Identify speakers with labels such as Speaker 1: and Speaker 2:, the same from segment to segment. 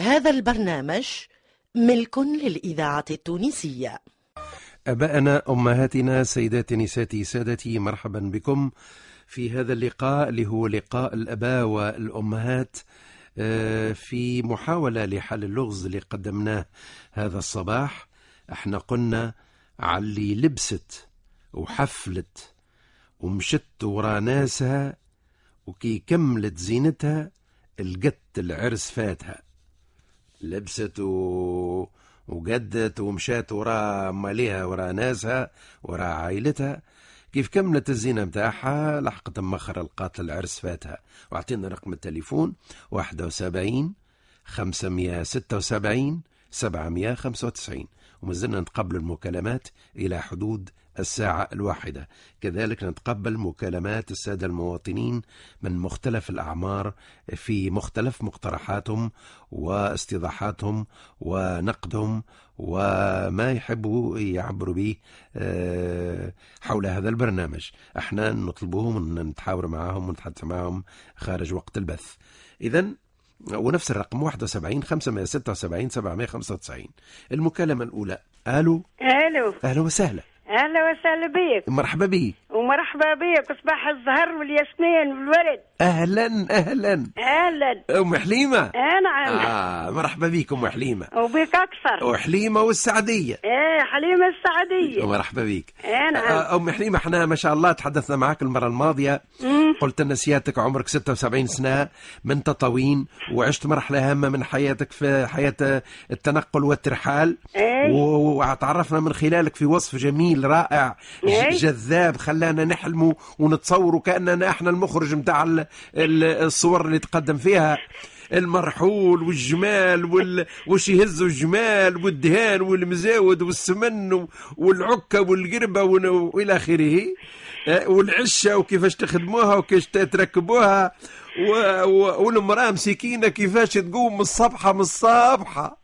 Speaker 1: هذا البرنامج ملك للإذاعة التونسية
Speaker 2: أبائنا أمهاتنا سيدات نساتي سادتي مرحبا بكم في هذا اللقاء اللي هو لقاء الأباء والأمهات آه، في محاولة لحل اللغز اللي قدمناه هذا الصباح احنا قلنا علي لبست وحفلت ومشت ورا ناسها وكي كملت زينتها لقت العرس فاتها لبست و... وقدت ومشات ورا ماليها ورا ناسها ورا عائلتها كيف كملت الزينة متاعها لحقت مخر القاتل العرس فاتها واعطينا رقم التليفون 71 576 795 ومازلنا نتقبل المكالمات إلى حدود الساعة الواحدة كذلك نتقبل مكالمات السادة المواطنين من مختلف الأعمار في مختلف مقترحاتهم واستيضاحاتهم ونقدهم وما يحبوا يعبروا به آه، حول هذا البرنامج احنا نطلبوهم نتحاور معهم ونتحدث معهم خارج وقت البث إذا ونفس الرقم 71 576 795 المكالمة الأولى ألو
Speaker 3: الو
Speaker 2: أهلا وسهلا
Speaker 3: اهلا وسهلا بك
Speaker 2: مرحبا بي
Speaker 3: ومرحبا بك صباح الزهر والياسمين والورد
Speaker 2: اهلا اهلا
Speaker 3: اهلا
Speaker 2: ام حليمه
Speaker 3: آه نعم
Speaker 2: اه مرحبا بيك ام حليمه
Speaker 3: وبك اكثر
Speaker 2: وحليمه والسعديه
Speaker 3: ايه حليمه السعديه
Speaker 2: مرحبا بيك
Speaker 3: آه نعم
Speaker 2: آه، ام حليمه احنا ما شاء الله تحدثنا معك المره الماضيه قلت ان سيادتك عمرك 76 سنه من تطاوين وعشت مرحله هامه من حياتك في حياه التنقل والترحال
Speaker 3: إيه.
Speaker 2: و- وتعرفنا من خلالك في وصف جميل رائع ج-
Speaker 3: إيه.
Speaker 2: جذاب خلانا نحلموا ونتصوروا كاننا احنا المخرج نتاع ال- ال- الصور اللي تقدم فيها المرحول والجمال وال... وش يهزوا الجمال والدهان والمزاود والسمن و- والعكه والقربه ون- والى اخره آه، والعشه وكيفاش تخدموها وكيفاش ت- تركبوها و... و... والمراه مسكينه كيفاش تقوم من الصبحه من الصبحه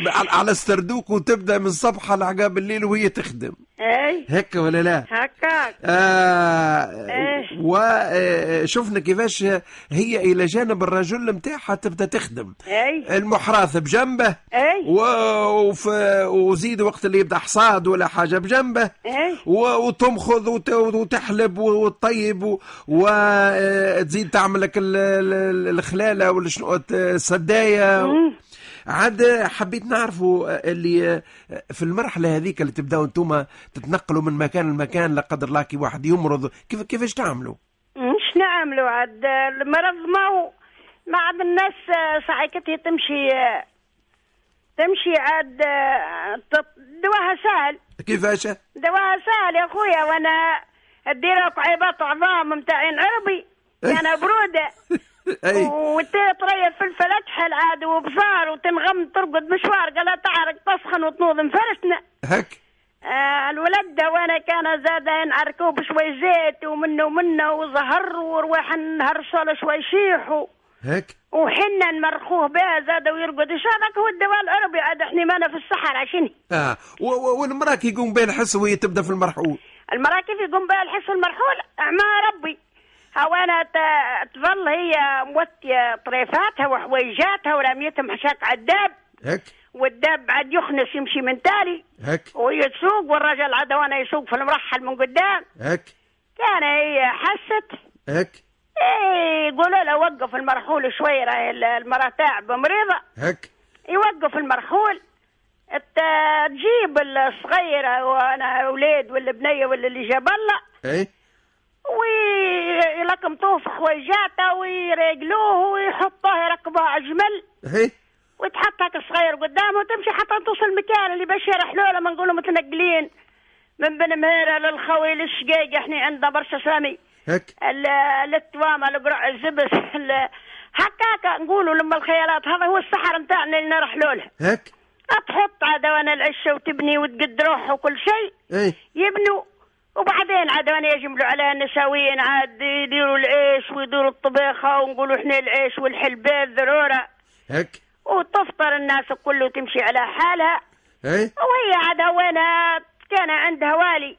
Speaker 2: على- على السردوك وتبدا من الصبحه لعقاب الليل وهي تخدم
Speaker 3: اي
Speaker 2: هكا ولا لا؟
Speaker 3: إيه، هكاك
Speaker 2: آه
Speaker 3: إيه.
Speaker 2: وشفنا كيفاش هي الى جانب الرجل نتاعها تبدا تخدم
Speaker 3: اي
Speaker 2: المحراث بجنبه
Speaker 3: اي
Speaker 2: و- وف- وزيد وقت اللي يبدا حصاد ولا حاجه بجنبه
Speaker 3: اي
Speaker 2: و- وتمخض وت- وتحلب وتطيب وتزيد تعمل لك ال- ال- الخلاله ولا شنو ت- السدايه عاد حبيت نعرفوا اللي في المرحله هذيك اللي تبداو انتم تتنقلوا من مكان لمكان لا قدر الله كي واحد يمرض كيف كيفاش تعملوا؟
Speaker 3: مش نعملوا عاد المرض ما هو ما عاد الناس آه، صحيكتها تمشي آه، تمشي عاد آه، تط- دواها سهل
Speaker 2: كيفاش؟
Speaker 3: دواها سهل يا خويا وانا ادير قعيبات عظام متاعين عربي يعني انا بروده
Speaker 2: اي
Speaker 3: وتطرية فلفل اكحل عاد وبزار وتنغم ترقد مشوار قالها تعرق تسخن وتنوض مفرشنا
Speaker 2: هك
Speaker 3: آه الولد ده وانا كان زاد نعركوه بشوي زيت ومنه ومنه وزهر ورواح النهر شال شوي يشيحوا
Speaker 2: هك
Speaker 3: وحنا نمرخوه بها زاد ويرقد ان شاء الله هو الدواء العربي عاد احنا مانا في الصحراء عشان
Speaker 2: اه و- و- والمراه كي يقوم بها الحس وهي تبدا في المرحول
Speaker 3: المراكب يقوم بها الحس المرحول اعمى ربي هوانا ت- تظل هي موتية طريفاتها وحويجاتها ورميتهم حشاك عداب
Speaker 2: هك
Speaker 3: والداب عاد يخنس يمشي من تالي
Speaker 2: هك
Speaker 3: وهي تسوق والرجل عاد وانا يسوق في المرحل من قدام
Speaker 2: هك
Speaker 3: كان هي حست
Speaker 2: هك
Speaker 3: إيه يقولوا له وقف المرحول شوي راهي ال- المرأة تعبة مريضة
Speaker 2: هك
Speaker 3: يوقف المرحول الت- تجيب الصغيرة وانا اولاد ولا بنية ولا اللي جاب الله
Speaker 2: اي
Speaker 3: ويلقمطوه في حويجاته ويرجلوه ويحطوه يركبوه على جمل
Speaker 2: هي
Speaker 3: وتحط هكا صغير قدامه وتمشي حتى توصل المكان اللي باش يرحلوا له ما نقولوا متنقلين من بن مهيره للخوي للشقيق احنا عندنا برشا سامي
Speaker 2: هك
Speaker 3: ال- للتوامه القرع الزبس ال- هكاك نقولوا لما الخيارات هذا هو السحر نتاعنا اللي نرحلوا له
Speaker 2: هك
Speaker 3: تحط عاد وانا العشه وتبني وتقد روحه وكل شيء
Speaker 2: اي
Speaker 3: يبنوا وبعدين عاد وانا يجملوا عليها النساويين عاد يديروا العيش ويديروا الطبيخه ونقولوا احنا العيش والحلبات ذروره
Speaker 2: هك
Speaker 3: وتفطر الناس كله تمشي على حالها
Speaker 2: اي
Speaker 3: وهي عاد وانا كان عندها والي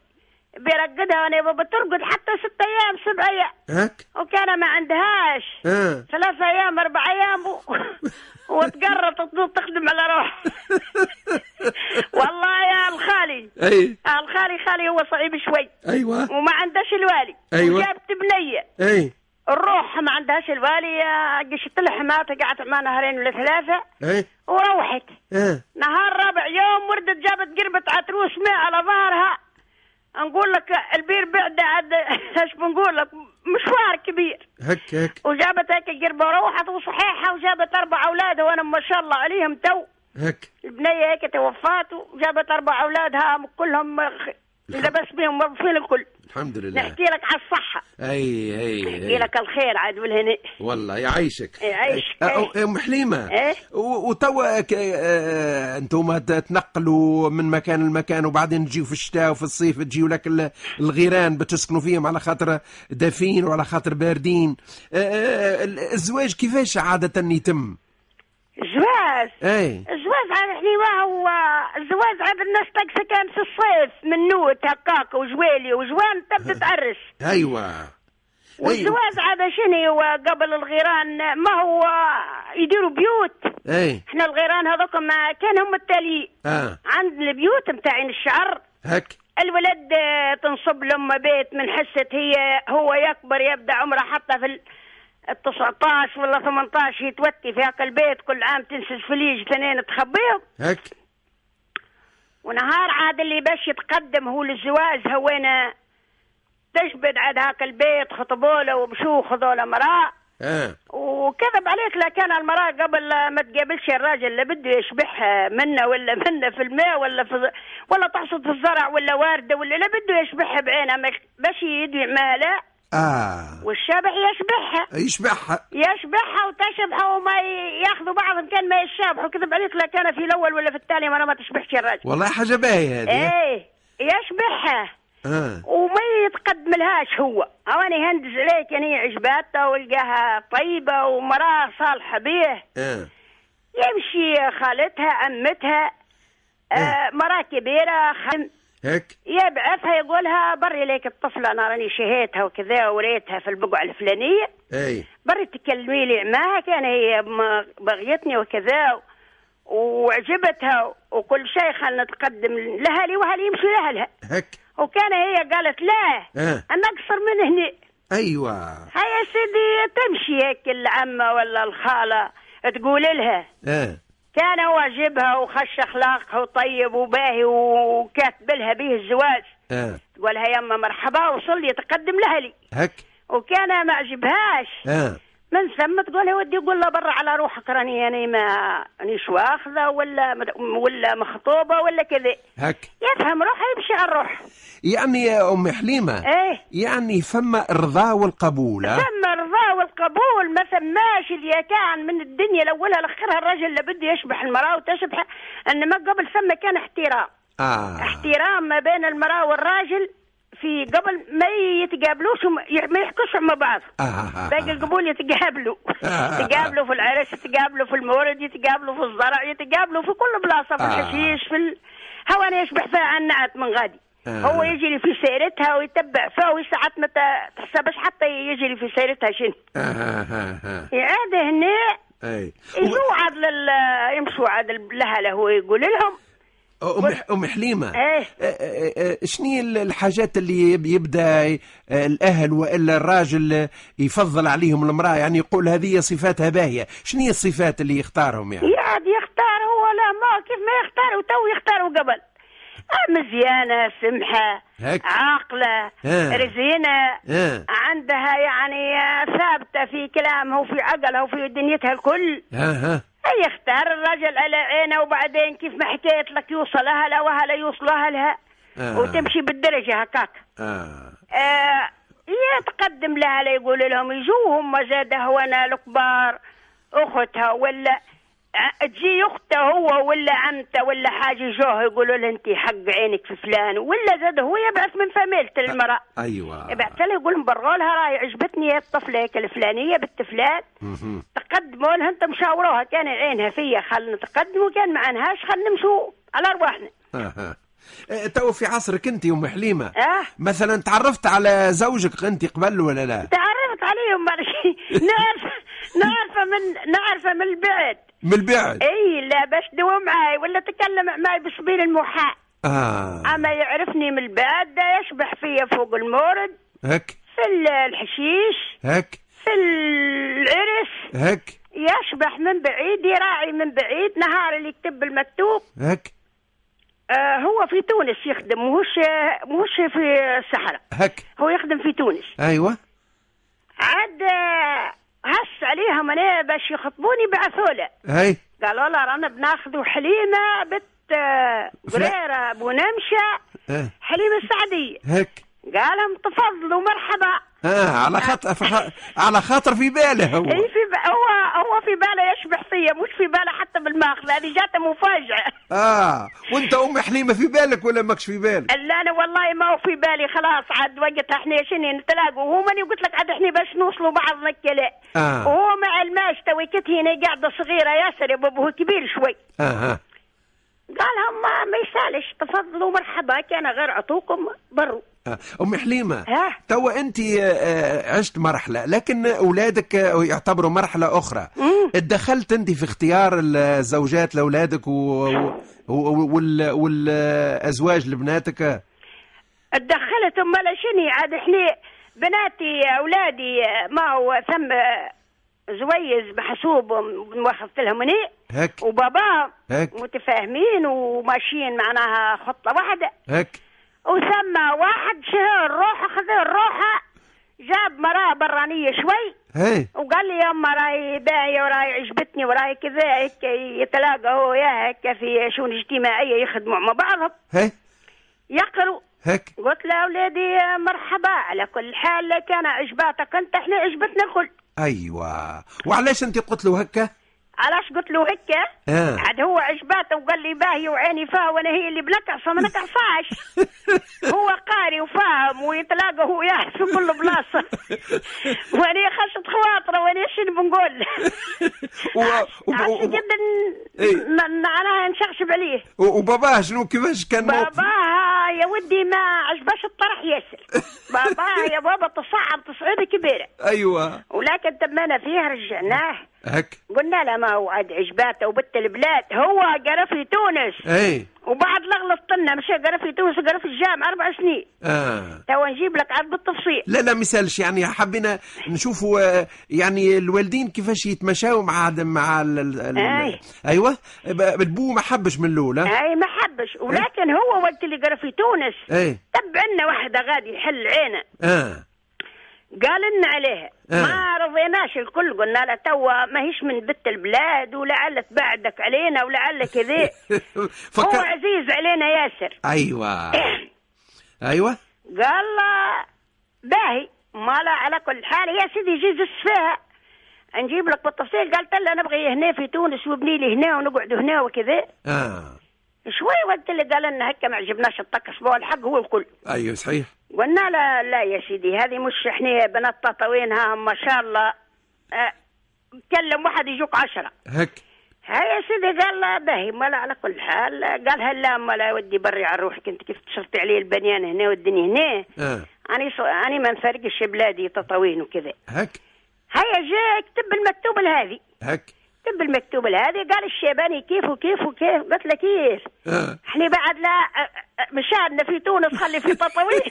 Speaker 3: بيرقدها وانا بابا ترقد حتى ست ايام سبع ايام
Speaker 2: هاك
Speaker 3: وكان ما عندهاش
Speaker 2: اه
Speaker 3: ثلاث ايام اربع ايام و... وتقرط تدور تخدم على روحها والله يا الخالي
Speaker 2: اي
Speaker 3: الخالي خالي هو صعيب شوي
Speaker 2: ايوه
Speaker 3: وما عندهاش الوالي
Speaker 2: أيوة.
Speaker 3: وجابت بنيه
Speaker 2: اي
Speaker 3: الروح ما عندهاش الوالي آه، قشت لها ماتت قعدت معاه نهارين ولا ثلاثه
Speaker 2: اي
Speaker 3: وروحت
Speaker 2: اه
Speaker 3: نهار رابع يوم وردت جابت قربة عتروس ماء على ظهرها نقول لك البير بعد عاد ايش بنقول لك مشوار كبير
Speaker 2: هك هك
Speaker 3: وجابت هيك القربة روحت وصحيحة وجابت أربع أولادها وأنا ما شاء الله عليهم تو
Speaker 2: هك
Speaker 3: البنية هيك توفات وجابت أربع أولادها كلهم خ- لبس بيهم موظفين الكل
Speaker 2: الحمد لله
Speaker 3: نحكي لك على الصحة
Speaker 2: اي اي,
Speaker 3: نحكي
Speaker 2: أي.
Speaker 3: لك الخير عاد والهناء
Speaker 2: والله يعيشك
Speaker 3: يعيشك.
Speaker 2: أه، أه، ام حليمه
Speaker 3: إيه.
Speaker 2: و- وتوا ك- آه، انتم ت- تنقلوا من مكان لمكان وبعدين تجيو في الشتاء وفي الصيف تجيو لك ال- الغيران بتسكنوا فيهم على خاطر دافين وعلى خاطر باردين آه، آه، ال- الزواج كيفاش عاده يتم إيه.
Speaker 3: الزواج
Speaker 2: اي
Speaker 3: الزواج عاد حليوة هو الزواج عاد الناس تقسى كان في الصيف من نوت هكاك وجوالي وجوان تبدا تعرس
Speaker 2: ايوه
Speaker 3: والزواج عاد شنو هو قبل الغيران ما هو يديروا بيوت
Speaker 2: اي
Speaker 3: احنا الغيران هذوك ما كان هم التالي
Speaker 2: اه
Speaker 3: عند البيوت متاعين الشعر
Speaker 2: هك
Speaker 3: الولد آه، تنصب لأمه بيت من حسة هي هو يكبر يبدا عمره حتى في ال 19 ولا 18 يتوتي في هاك البيت كل عام تنسج فليج اثنين تخبيهم
Speaker 2: هك
Speaker 3: ونهار عاد اللي باش يتقدم هو للزواج هوينا تجبد عاد هاك البيت خطبوله ومشوا خذوا له مرأة
Speaker 2: اه
Speaker 3: وكذب عليك لا كان المرأة قبل ما تقابلش الراجل اللي بده يشبعها منه ولا منه في الماء ولا في ولا تحصد في الزرع ولا واردة ولا لا بده يشبعها بعينها ما باش يدوي ماله
Speaker 2: اه
Speaker 3: والشبح يشبعها
Speaker 2: يشبعها
Speaker 3: يشبعها وتشبعها وما ي- ياخذوا بعض إن كان ما يشبعوا كذب عليك لا كان في الأول ولا في الثاني مرة ما تشبحش الراجل
Speaker 2: والله حاجه باهيه هذه
Speaker 3: ايه يشبعها
Speaker 2: اه
Speaker 3: وما يتقدم لهاش هو هواني هندز عليك يعني عجباتها ولقاها طيبة ومراه صالحة بيه
Speaker 2: اه
Speaker 3: يمشي خالتها عمتها آه مراه كبيرة خم
Speaker 2: هك
Speaker 3: يبعثها يقولها بري ليك الطفلة أنا راني شهيتها وكذا وريتها في البقعة الفلانية
Speaker 2: اي
Speaker 3: بري تكلمي لي معها كان هي م- بغيتني وكذا و- وعجبتها وكل شيء خلنا نتقدم لها لي وهل يمشي لأهلها
Speaker 2: هك
Speaker 3: وكان هي قالت لا
Speaker 2: اه
Speaker 3: انا اقصر من هنا
Speaker 2: ايوه
Speaker 3: هيا سيدي تمشي هيك العمه ولا الخاله تقول لها
Speaker 2: اه
Speaker 3: كان واجبها وخش اخلاقها وطيب وباهي وكاتب لها به الزواج
Speaker 2: اه
Speaker 3: تقولها يما مرحبا وصل لي تقدم لها لي
Speaker 2: هك
Speaker 3: وكان ما عجبهاش
Speaker 2: اه
Speaker 3: من ثم تقول لها ودي قول لها برا على روحك راني انا ما رانيش واخذه ولا ولا مخطوبه ولا كذا
Speaker 2: هك
Speaker 3: يفهم روحه يمشي على الروح
Speaker 2: يعني يا ام حليمه
Speaker 3: ايه
Speaker 2: يعني فما الرضا والقبول ها؟
Speaker 3: تم الرضا والقبول ما ثماش اللي كان من الدنيا الاولها لاخرها الرجل اللي بده يشبح المراه وتشبح انما قبل ثم كان احترام
Speaker 2: اه
Speaker 3: احترام ما بين المراه والراجل في قبل ما يتقابلوش وما يح- ما يحكوش مع بعض
Speaker 2: آه، آه، آه.
Speaker 3: باقي القبول يتقابلوا
Speaker 2: آه.
Speaker 3: يتقابلوا في العرس يتقابلوا في المورد يتقابلوا في الزرع يتقابلوا في كل بلاصه في
Speaker 2: آه.
Speaker 3: الحشيش في ال... هو انا يشبح فيها عن نعت من غادي
Speaker 2: آه.
Speaker 3: هو يجري في سيرتها ويتبع فيها وساعات ما ت- تحسبش حتى يجري في سيرتها شن
Speaker 2: آه، آه، آه، آه. إيه.
Speaker 3: يعاد هنا
Speaker 2: اي
Speaker 3: يجوا عاد لل يمشوا عاد لها هو يقول لهم
Speaker 2: ام ام حليمه
Speaker 3: إيه.
Speaker 2: أه، شنو الحاجات اللي يب- يبدا ي- آه، الاهل والا الراجل آه، يفضل عليهم المراه يعني يقول هذه صفاتها باهيه شنو الصفات اللي يختارهم يعني
Speaker 3: يعاد يختار هو لا ما كيف ما يختاروا تو يختاروا قبل آه، مزيانة سمحة
Speaker 2: هيك.
Speaker 3: عاقلة
Speaker 2: آه.
Speaker 3: رزينة
Speaker 2: اه
Speaker 3: عندها يعني آه، ثابتة في كلامها وفي عقلها وفي دنيتها الكل
Speaker 2: ها ها
Speaker 3: هي يختار الرجل على عينه وبعدين كيف ما حكيت لك يوصل أهلها وأهلها يوصل أهلها
Speaker 2: آه.
Speaker 3: وتمشي بالدرجة هكاك
Speaker 2: اه
Speaker 3: آه، يتقدم لها لا يقول لهم يجوا هم زاد هوانا الكبار اختها ولا ع- تجي اختها هو ولا عمته ولا حاجه جوه يقولوا لها انت حق عينك في فلان ولا زاد هو يبعث من فميلة المراه
Speaker 2: ايوه
Speaker 3: يبعث لها يقول لهم برغوا لها راهي عجبتني هي الطفله هيك الفلانيه بنت فلان
Speaker 2: مهم.
Speaker 3: تقدموا لها انتم شاوروها كان عينها فيا خلنا نتقدموا كان ما عنهاش خلنا نمشوا على ارواحنا
Speaker 2: آه، آه. آه، تو في عصرك انت ام حليمه
Speaker 3: آه.
Speaker 2: مثلا تعرفت على زوجك انت قبل ولا لا
Speaker 3: تعرفت عليهم بعد شي. نعرف نعرفه من نعرفه من البعد
Speaker 2: من البعد
Speaker 3: اي لا باش دوا معاي ولا تكلم معاي بسبيل المحا
Speaker 2: اه
Speaker 3: اما يعرفني من البعد دا يشبح فيا فوق المورد
Speaker 2: هك
Speaker 3: في ال- الحشيش
Speaker 2: هك
Speaker 3: في العرس
Speaker 2: هك
Speaker 3: يشبح من بعيد يراعي من بعيد نهار اللي يكتب المكتوب
Speaker 2: هك
Speaker 3: آه هو في تونس يخدم مهوش مهوش في الصحراء
Speaker 2: هك
Speaker 3: هو يخدم في تونس
Speaker 2: ايوه
Speaker 3: عاد آه، هس عليهم انا باش يخطبوني بعثوا له
Speaker 2: هاي
Speaker 3: قالوا له رانا بناخذوا حليمه بنت آه،
Speaker 2: فلا-
Speaker 3: قريره بونمشه
Speaker 2: آه.
Speaker 3: حليمه السعديه
Speaker 2: هك
Speaker 3: قالهم تفضلوا مرحبا
Speaker 2: اه على خاطر فخ- على خاطر في باله هو
Speaker 3: اي إيه في ب... هو هو في باله يشبح فيا مش في باله حتى بالماخذ هذه جاته مفاجاه
Speaker 2: اه وانت ام حليمه في بالك ولا ماكش في بالك
Speaker 3: لا انا والله ما هو في بالي خلاص عاد وقتها احنا شني نتلاقوا هو ماني قلت لك عاد احنا باش نوصلوا بعضنا الكلاء
Speaker 2: آه.
Speaker 3: وهو ما علماش توي كنت هنا قاعده صغيره ياسر يا بابا هو كبير شوي
Speaker 2: اه اه
Speaker 3: قالهم ما, ما يسالش تفضلوا مرحبا كان غير عطوكم بروا
Speaker 2: آه. ام حليمه
Speaker 3: ها؟
Speaker 2: توا انت آه، آه، عشت مرحله لكن اولادك آه، يعتبروا مرحله اخرى اتدخلت انت في اختيار الزوجات لاولادك و... و... و... وال... والازواج لبناتك آه.
Speaker 3: تدخلت امال شني عاد احنا بناتي اولادي ما هو ثم زويز بحسوبهم واخذت لهم هنا
Speaker 2: هك
Speaker 3: وبابا
Speaker 2: هك.
Speaker 3: متفاهمين وماشيين معناها خطه واحده
Speaker 2: هك
Speaker 3: وثم واحد شهر روحه خذ الروحه جاب مراه برانيه شوي
Speaker 2: هاي
Speaker 3: وقال لي يما راي باهية وراي عجبتني وراي كذا هيك يتلاقى هو يا هيك في شؤون اجتماعيه يخدموا مع بعضهم
Speaker 2: هاي
Speaker 3: يقروا
Speaker 2: هك
Speaker 3: قلت له اولادي مرحبا على كل حال كان عجباتك انت احنا عجبتنا الكل
Speaker 2: ايوه وعلاش انت قلت له هكا
Speaker 3: علاش قلت له هيك
Speaker 2: آه.
Speaker 3: عاد هو عجباته وقال لي باهي وعيني فاه وانا هي اللي بنكعصه ما نكعصاش هو قاري وفاهم ويتلاقى هو يعرف في كل بلاصه وانا خشت خواطره وانا شنو بنقول
Speaker 2: و... و...
Speaker 3: عشان
Speaker 2: و...
Speaker 3: جدا
Speaker 2: إيه.
Speaker 3: معناها نشخشب عليه
Speaker 2: و- وباباه شنو كيفاش كان موقف
Speaker 3: باباها يا ودي ما عجباش الطرح ياسر باباها يا بابا تصعب تصعيبه كبيره
Speaker 2: ايوه
Speaker 3: ولكن تمنا فيه رجعناه
Speaker 2: هك
Speaker 3: قلنا له ما هو عاد عجباته وبت البلاد هو قرا في تونس
Speaker 2: اي
Speaker 3: وبعد لغلط طنا مش قرا في تونس قرا في الجامعة أربع سنين
Speaker 2: اه
Speaker 3: توا نجيب لك عاد بالتفصيل
Speaker 2: لا لا مثالش يعني حبينا نشوفوا آه، يعني الوالدين كيفاش يتمشاو مع عدم- مع ال... ال... ال...
Speaker 3: أي.
Speaker 2: ايوه ب- بو ما حبش من الاول آه.
Speaker 3: هاي ما حبش ولكن هو وقت اللي قرا في تونس
Speaker 2: اي
Speaker 3: تبع لنا واحدة غادي يحل عينه
Speaker 2: اه
Speaker 3: قال لنا عليها
Speaker 2: آه.
Speaker 3: ما رضيناش الكل قلنا له توا ماهيش من بت البلاد ولعلك بعدك علينا ولعلك كذا هو
Speaker 2: فكر
Speaker 3: عزيز علينا ياسر
Speaker 2: ايوه ايوه
Speaker 3: قال له باهي ما لا على كل حال يا سيدي جي زس فيها نجيب لك بالتفصيل قالت له نبغي هنا في تونس وابني لي هنا ونقعد هنا وكذا
Speaker 2: اه
Speaker 3: شوي وقت اللي قال لنا هكا ما عجبناش الطقس بو الحق هو الكل
Speaker 2: ايوه صحيح
Speaker 3: قلنا لا لا يا سيدي هذه مش احنا بنات تطاوين ها ما شاء الله اه، تكلم واحد يجوك عشرة
Speaker 2: هك
Speaker 3: هاي يا سيدي قال لا باهي ما لا على كل حال قالها لا ما لا ودي بري على روحك انت كيف تشرطي عليه البنيان هنا والدنيا هنا
Speaker 2: اه
Speaker 3: أنا ص... أنا ما نفرقش بلادي تطاوين وكذا
Speaker 2: هك
Speaker 3: هيا جا كتب المكتوب لهذه
Speaker 2: هك
Speaker 3: كتب المكتوب لهذه قال الشيباني كيف وكيف وكيف قلت له كيف
Speaker 2: آه.
Speaker 3: احنا بعد لا مشاهدنا في تونس خلي في تطاوين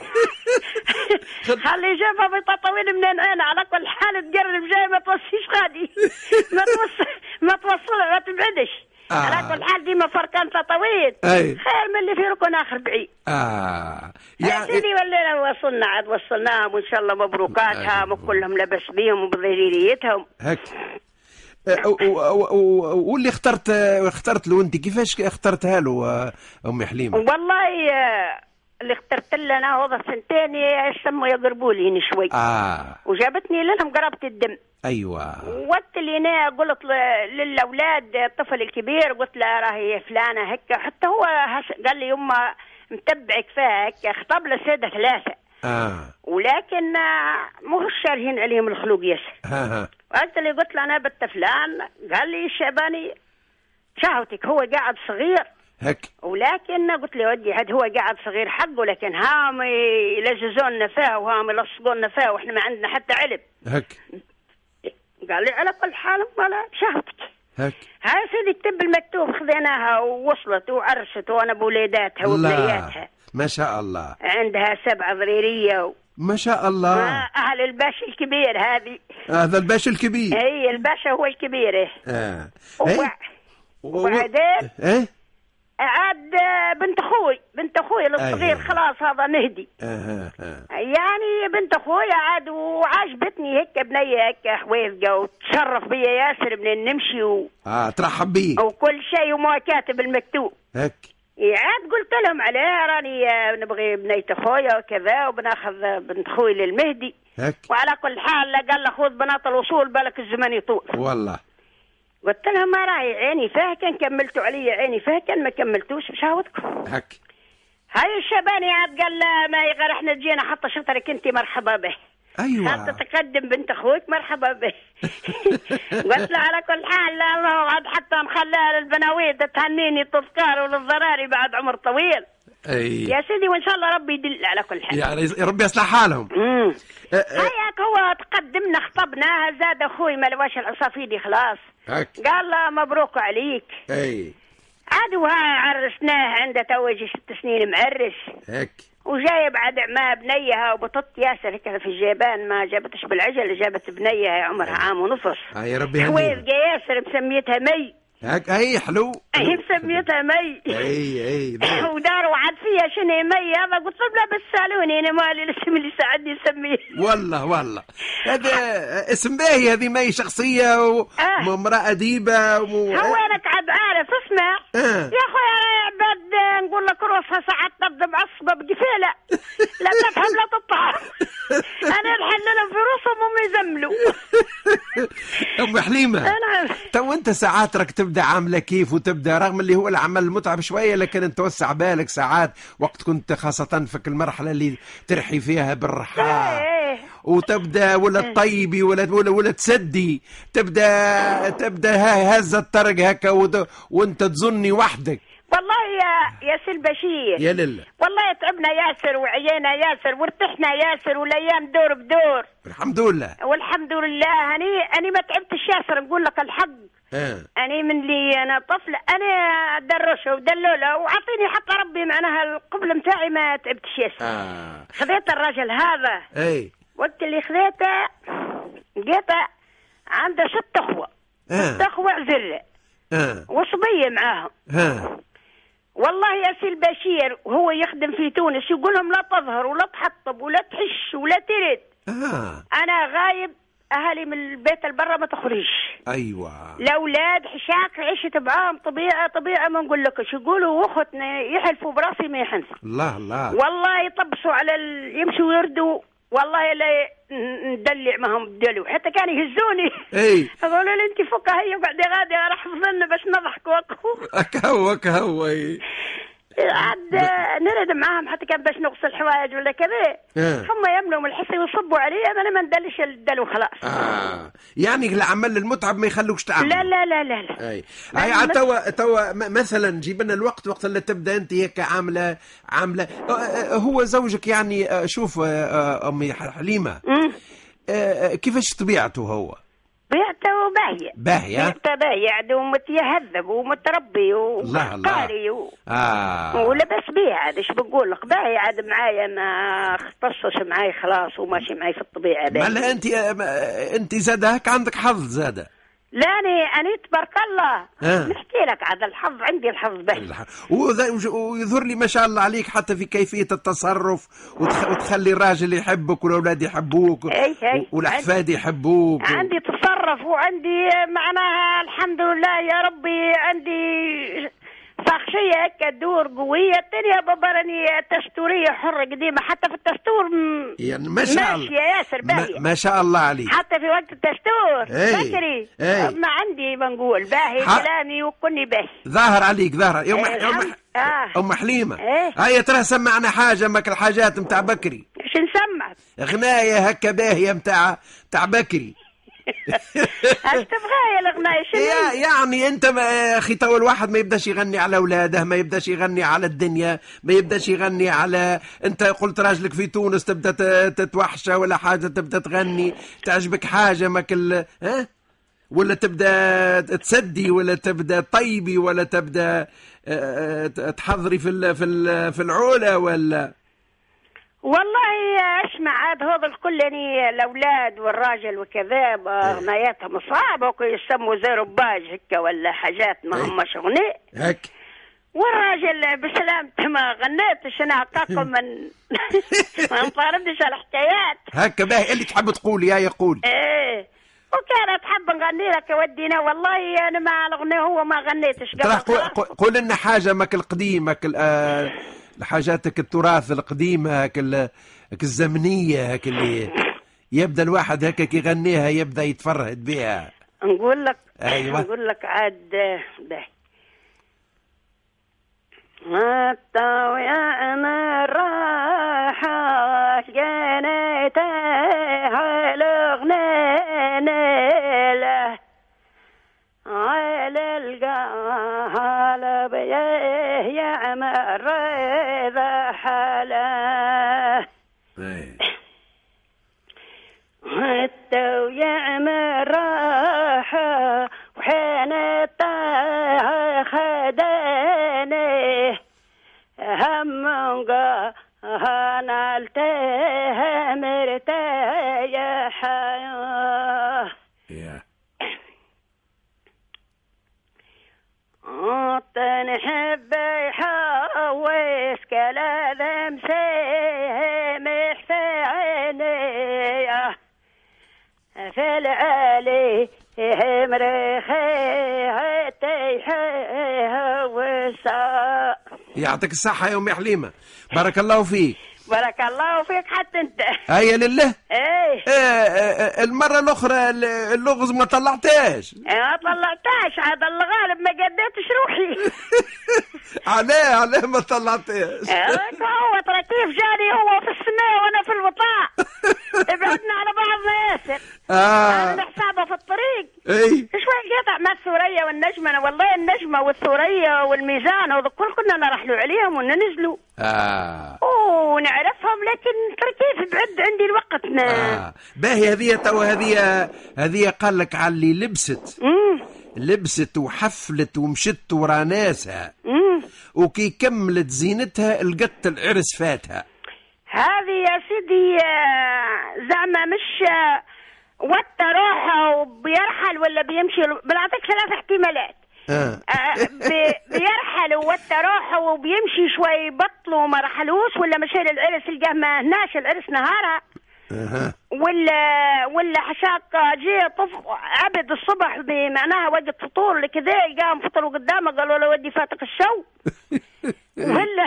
Speaker 3: خلي جابها في تطاوين من انا على كل حال تقرب جاي ما توصيش غادي ما توصل ما توصل ما تبعدش
Speaker 2: آه.
Speaker 3: على كل حال ديما فركان تطاوين
Speaker 2: أي.
Speaker 3: خير من اللي في ركن اخر بعيد
Speaker 2: اه
Speaker 3: يا سيدي ولا وصلنا عاد وصلناهم وان شاء الله مبروكاتهم
Speaker 2: أيوة.
Speaker 3: وكلهم لبس بيهم وبضريريتهم
Speaker 2: هك أه، و- و- و- واللي اخترت اخترت له انت كيفاش اخترتها له آه، ام حليمه
Speaker 3: والله آه، اللي اخترت لنا هو سنتين يسموا يقربوا لي هنا شوي
Speaker 2: اه
Speaker 3: وجابتني لهم قرابة الدم
Speaker 2: ايوه
Speaker 3: وقت اللي انا قلت ل- للاولاد الطفل الكبير قلت له راهي فلانه هكا حتى هو هش قال لي يما متبعك فيها هكا خطب له سيده ثلاثه
Speaker 2: اه
Speaker 3: ولكن آه، مش شارهين عليهم الخلوق ياسر
Speaker 2: ها ها
Speaker 3: وقت اللي قلت له انا بنت فلان قال لي الشيباني شهوتك هو قاعد صغير
Speaker 2: هك
Speaker 3: ولكن قلت له ودي عاد هو قاعد صغير حقه لكن هام يلجزون فيه وهام يلصقون فيه واحنا ما عندنا حتى علب
Speaker 2: هك
Speaker 3: قال لي على كل حال ولا بشهرتك
Speaker 2: هك
Speaker 3: هاي سيدي الطب المكتوب خذيناها ووصلت وعرشت وانا بولاداتها وبنياتها
Speaker 2: الله ما شاء الله
Speaker 3: عندها سبعة ضريرية و...
Speaker 2: ما شاء الله
Speaker 3: آه، اهل الباشا الكبير هذه
Speaker 2: هذا الباشا الكبير
Speaker 3: هي الباشا هو الكبير إيه.
Speaker 2: اه
Speaker 3: وبع- وبعدين؟
Speaker 2: ايه
Speaker 3: عاد آه، بنت اخوي بنت اخوي
Speaker 2: أيه.
Speaker 3: الصغير خلاص هذا مهدي
Speaker 2: آه، آه.
Speaker 3: يعني بنت اخويا عاد وعجبتني هيك بنيه هيك حويفقه وتشرف بيا ياسر من نمشي و...
Speaker 2: اه ترحب بيك
Speaker 3: وكل شيء وما كاتب المكتوب
Speaker 2: هك
Speaker 3: عاد قلت لهم عليه راني آه، نبغي بنية اخويا وكذا وبناخذ آه، بنت اخوي للمهدي
Speaker 2: هك
Speaker 3: وعلى كل حال قال له خذ بنات الوصول بالك الزمن يطول
Speaker 2: والله
Speaker 3: قلت لهم ما راهي عيني فيه كان كملتوا علي عيني فيه كان ما كملتوش مش هاوضكم
Speaker 2: هك
Speaker 3: هاي الشباني عاد قال لا ما غير احنا جينا حتى شطرك انت مرحبا به حتى
Speaker 2: ايوه
Speaker 3: تقدم بنت اخوك مرحبا به قلت له على كل حال لا الله عاد حتى نخليها للبناويت تهنيني التذكار وللضراري بعد عمر طويل
Speaker 2: اي
Speaker 3: يا سيدي وان شاء الله ربي يدل على كل حال
Speaker 2: يعني ربي يصلح حالهم
Speaker 3: امم
Speaker 2: آه، آه،
Speaker 3: هياك هو تقدمنا خطبنا زاد اخوي ما لواش العصافيدي خلاص
Speaker 2: هك
Speaker 3: قال له مبروك عليك
Speaker 2: اي
Speaker 3: عاد وها عرسناه عنده توجه ست سنين معرس
Speaker 2: هك
Speaker 3: وجايب عاد ما بنيها وبطط ياسر هكذا في الجيبان ما جابتش بالعجل جابت بنيها يا عمرها عام ونص
Speaker 2: آه، يا ربي يهنيهم.
Speaker 3: حويفقة ياسر مسميتها مي
Speaker 2: هك اي حلو
Speaker 3: هي مسميتها مي
Speaker 2: اي اي ذوق.
Speaker 3: وداروا عاد فيها شنو مي هذا قلت طب لا بس سالوني انا مالي الاسم اللي ساعدني نسميه
Speaker 2: والله والله هذا اسم باهي هذه ماي شخصية
Speaker 3: آه.
Speaker 2: وامرأة أديبة و...
Speaker 3: هو انك عاد عارف اسمع
Speaker 2: آه.
Speaker 3: يا اخويا يا عباد نقول لك روسها ساعات تبدا معصبه بقفيله لا تفهم لا تطعم انا نحل لهم في روسهم هم يزملوا
Speaker 2: أم حليمة
Speaker 3: انا
Speaker 2: تو انت ساعات راك تبدا عامله كيف وتبدا رغم اللي هو العمل متعب شويه لكن انت توسع بالك ساعات وقت كنت خاصه في المرحله اللي ترحي فيها بالرحاه
Speaker 3: إيه.
Speaker 2: وتبدا ولا تطيبي ولا ولا, ولا تسدي تبدا تبدا ها- هزه الطرق هكا وت- وانت تظني وحدك
Speaker 3: والله يا يا سي البشير
Speaker 2: يا لله
Speaker 3: والله تعبنا ياسر وعيينا ياسر وارتحنا ياسر والايام دور بدور
Speaker 2: الحمد لله
Speaker 3: والحمد لله اني اني ما تعبتش ياسر نقول لك الحق
Speaker 2: اه
Speaker 3: أنا من لي أنا طفلة أنا دروشة ودلولة وعطيني حتى ربي معناها القبل متاعي ما تعبتش ياسر
Speaker 2: اه
Speaker 3: خذيت الرجل هذا
Speaker 2: اي
Speaker 3: وقت اللي خذيته لقيته عنده ست أخوة
Speaker 2: اه
Speaker 3: ست أخوة عزلة
Speaker 2: اه
Speaker 3: وصبية معاهم
Speaker 2: ها
Speaker 3: والله يا سي البشير وهو يخدم في تونس يقول لهم لا تظهر ولا تحطب ولا تحش ولا ترد
Speaker 2: اه
Speaker 3: أنا غايب أهلي من البيت البرة ما تخرجش
Speaker 2: ايوه
Speaker 3: الاولاد حشاك عشت معاهم طبيعه طبيعه ما نقول لكش يقولوا اختنا يحلفوا براسي ما يحنسوا
Speaker 2: الله الله
Speaker 3: والله يطبسوا على ال... يمشوا يردوا والله لا ي- ن- ندلع معهم بدلو حتى كانوا يهزوني
Speaker 2: اي
Speaker 3: يقولوا لي انت فكها هي وقعدي غادي راح ظن باش نضحك وقفوا
Speaker 2: اكهو اكهو اي
Speaker 3: عاد نرد معاهم حتى كان باش نغسل حوايج ولا كذا
Speaker 2: آه.
Speaker 3: هم يملوا من الحصه ويصبوا علي انا ما ندلش الدلو خلاص
Speaker 2: آه. يعني العمل المتعب ما يخلوكش تعمل
Speaker 3: لا لا لا لا لا
Speaker 2: اي
Speaker 3: لا،
Speaker 2: اي
Speaker 3: لا.
Speaker 2: عاد توا توا م- مثلا جيب لنا الوقت وقت اللي تبدا انت هيك عامله عامله آه، آه، هو زوجك يعني آه، شوف آه، آه، امي ح- حليمه
Speaker 3: مم.
Speaker 2: آه، آه، كيفاش طبيعته هو
Speaker 3: بيعته باهية
Speaker 2: باهية
Speaker 3: بيعته باهية عاد ومتيهذب ومتربي
Speaker 2: الله
Speaker 3: وقاري
Speaker 2: الله
Speaker 3: و...
Speaker 2: اه
Speaker 3: ولبس بيه عاد ايش بقول لك باهي عاد معايا ما اختصش معاي خلاص وماشي معاي في الطبيعة باهي
Speaker 2: مالا انت آه، ما- انت زاد هك عندك حظ زاد
Speaker 3: لاني اني تبارك الله
Speaker 2: آه.
Speaker 3: نحكي لك عاد الحظ عندي الحظ باهي
Speaker 2: وذ- ويظهر لي ما شاء الله عليك حتى في كيفيه التصرف وتخ... وتخلي الراجل يحبك والاولاد يحبوك
Speaker 3: أي- أي.
Speaker 2: والاحفاد يحبوك
Speaker 3: عندي تصرف وعندي معناها الحمد لله يا ربي عندي فخشية هكا دور قوية الدنيا بابا راني تستورية حرة قديمة حتى في التستور م-
Speaker 2: يعني ما شاء الله
Speaker 3: ماشية ياسر باهية.
Speaker 2: ما, ما شاء الله عليك
Speaker 3: حتى في وقت الدستور
Speaker 2: إيه.
Speaker 3: بكري
Speaker 2: إيه.
Speaker 3: ما عندي ما نقول باهي
Speaker 2: ح-
Speaker 3: كلامي وكني باهي
Speaker 2: ظاهر عليك ظاهر يوم
Speaker 3: إيه،
Speaker 2: يوم
Speaker 3: الحمد- آه.
Speaker 2: ام حليمه
Speaker 3: إيه.
Speaker 2: هيا ترى سمعنا حاجه مك الحاجات نتاع بكري
Speaker 3: ايش نسمع
Speaker 2: غنايه هكا باهيه نتاع نتاع بكري
Speaker 3: اش تبغى يا الغناية
Speaker 2: يا-
Speaker 3: شنو
Speaker 2: يعني انت ما يا اخي توا الواحد ما يبداش يغني على اولاده ما يبداش يغني على الدنيا ما يبداش يغني على انت قلت راجلك في تونس تبدا ت- تتوحشى ولا حاجه تبدا تغني تعجبك حاجه ماك ال... ها ولا تبدا تسدي ولا تبدا طيبي ولا تبدا اه، اه، تحضري في ال... في ال... في العوله ولا
Speaker 3: والله اسمع عاد هذا الكل يعني الاولاد والراجل وكذا
Speaker 2: إيه.
Speaker 3: اغنياتهم صعبه وكي يسموا زي رباج هكا ولا حاجات ما
Speaker 2: إيه.
Speaker 3: هماش اغنيه
Speaker 2: هك
Speaker 3: والراجل بسلامته ما غنيتش انا هكاكم من ما نطاردش على الحكايات
Speaker 2: هكا باهي اللي تحب تقول يا يقول
Speaker 3: ايه وكانت حب نغني لك ودينا والله انا مع الاغنيه هو ما غنيتش
Speaker 2: ترى
Speaker 3: قبل
Speaker 2: قو- قو- قول لنا حاجه ماك القديمه كل حاجاتك التراث القديمه كل الزمنيه هاك اللي يبدا الواحد هكا كي يغنيها يبدا يتفرهد بها
Speaker 3: نقول لك
Speaker 2: أيوة.
Speaker 3: نقول لك عاد باهي الطاو يا انا الراحة جنيت على غنانه على القلب يا عمر ذا حاله حتى ويعم الراحة وحين الطاعة خداني هم قا- نالته مرتاحة وطن حبي حويس كلام سيهم حسيني في العالي مريخي تيحيه وسا
Speaker 2: يعطيك الصحه يا امي حليمه بارك الله فيك
Speaker 3: بارك الله فيك حتى انت
Speaker 2: هيا لله
Speaker 3: ايه
Speaker 2: آه، آه، آه، المره الاخرى ال- اللغز ما طلعتهاش
Speaker 3: ما طلعتهاش عاد الغالب ما قديتش روحي
Speaker 2: علاه علاه ما طلعتهاش
Speaker 3: هاك هو ترى كيف جاني هو في السماء وانا في الوطاء ابعدنا على بعضنا ياسر
Speaker 2: اه
Speaker 3: عامل حسابه في الطريق
Speaker 2: اي
Speaker 3: شوي قطع مع الثورية والنجمة أنا والله النجمة والثورية والميزان هذا كل كنا نرحلوا عليهم وننزلوا
Speaker 2: اه
Speaker 3: ونعرفهم لكن ترى كيف بعد عندي الوقت نا-
Speaker 2: آه. باهي هذه تو هذه هذه قال لك على اللي لبست
Speaker 3: مم.
Speaker 2: لبست وحفلت ومشت ورا ناسها
Speaker 3: مم.
Speaker 2: وكي كملت زينتها لقت العرس فاتها
Speaker 3: هذه يا سيدي آه، زعما مش آه، وطى روحه وبيرحل ولا بيمشي بنعطيك ثلاث احتمالات
Speaker 2: آه.
Speaker 3: آه، بي- بيرحل ووتى روحه وبيمشي شوي بطل وما رحلوش ولا مشي للعرس لقاه ما هناش العرس نهارها
Speaker 2: آه.
Speaker 3: ولا ولا حشاق جي طفل عبد الصبح بمعناها وقت فطور لكذا قام فطروا قدامه قالوا له ودي فاتك الشو ولا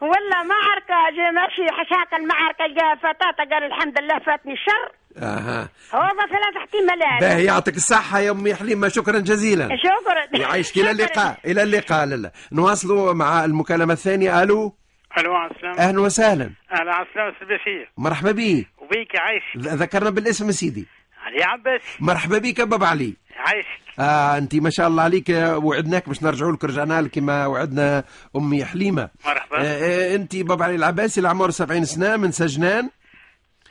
Speaker 3: ولا معركه جي ماشي حشاق المعركه لقاها فتاته قال الحمد لله فاتني الشر
Speaker 2: آه.
Speaker 3: هذا ثلاث احتمالات
Speaker 2: باهي يعطيك الصحة يا أمي حليمة شكرا جزيلا
Speaker 3: شكرا
Speaker 2: يعيشك إلى اللقاء إلى اللقاء لالا نواصلوا مع المكالمة الثانية ألو
Speaker 4: الو على السلامة
Speaker 2: أهلا وسهلا
Speaker 4: اهلا على السلامة السبيشية
Speaker 2: مرحبا بي
Speaker 4: وبيك عايش
Speaker 2: ذ- ذكرنا بالاسم سيدي
Speaker 4: علي عباس
Speaker 2: مرحبا بك بابا علي
Speaker 4: عايشك
Speaker 2: آه انت ما شاء الله عليك آه، وعدناك باش نرجعوا لك رجعنا لك كما وعدنا امي حليمه
Speaker 4: مرحبا.
Speaker 2: آه آه انت بابا علي العباسي العمر 70 سنه من سجنان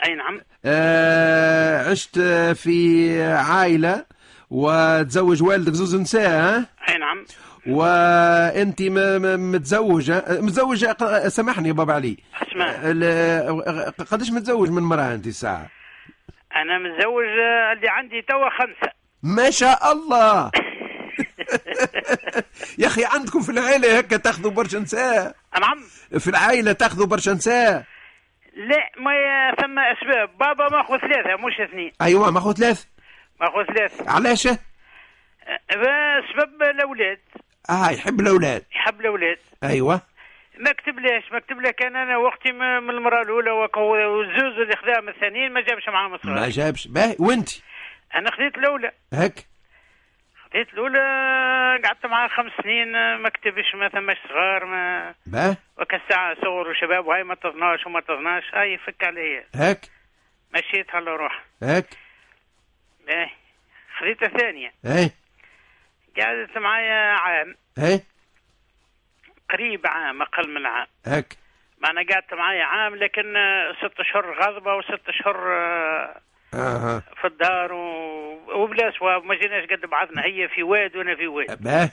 Speaker 4: اي نعم
Speaker 2: آه عشت آه، في عائله وتزوج والدك زوز نساء ها؟
Speaker 4: اي نعم
Speaker 2: وانت م- م- متزوجه آه، متزوجه ق- سامحني يا بابا علي
Speaker 4: اسمع
Speaker 2: آه، ال- آه، قداش متزوج من مراه انت الساعه
Speaker 4: انا متزوج آه، اللي عندي توا خمسة
Speaker 2: ما شاء الله يا اخي عندكم في العائله هكا تاخذوا برشا نساء
Speaker 4: نعم
Speaker 2: في العائله تاخذوا برشا نساء
Speaker 4: لا ما ي- ثم اسباب بابا ماخذ ثلاثة مش اثنين
Speaker 2: ايوا ماخذ أيوة، ثلاث
Speaker 4: ماخذ ثلاثة
Speaker 2: علاش اه
Speaker 4: آه، سبب الاولاد
Speaker 2: آه، يحب أيوة. الاولاد
Speaker 4: يحب الاولاد
Speaker 2: ايوا
Speaker 4: ما كتبلاش ما كتبلا كان انا وقتي م- من المرأة الاولى وك- والزوز اللي خداهم الثانيين ما جابش معاهم
Speaker 2: ما
Speaker 4: الصغار
Speaker 2: جابش باهي وانت
Speaker 4: انا خديت الاولى
Speaker 2: هك
Speaker 4: بديت الاولى قعدت معاه خمس سنين ما كتبش ما ثماش صغار ما
Speaker 2: باه
Speaker 4: وكالساعة صغر وشباب وهاي ما تظناش وما تظناش هاي فك عليا
Speaker 2: هك
Speaker 4: مشيت هلا روح
Speaker 2: هك
Speaker 4: باهي خذيت الثانية
Speaker 2: ايه
Speaker 4: قعدت معايا عام
Speaker 2: ايه
Speaker 4: قريب عام أقل من عام
Speaker 2: هك
Speaker 4: معنا قعدت معايا عام لكن آه، ست أشهر غضبة وست أشهر آه،
Speaker 2: اها
Speaker 4: في الدار و... وبلا سواب ما جيناش قد بعضنا هي في واد وأنا في واد
Speaker 2: باه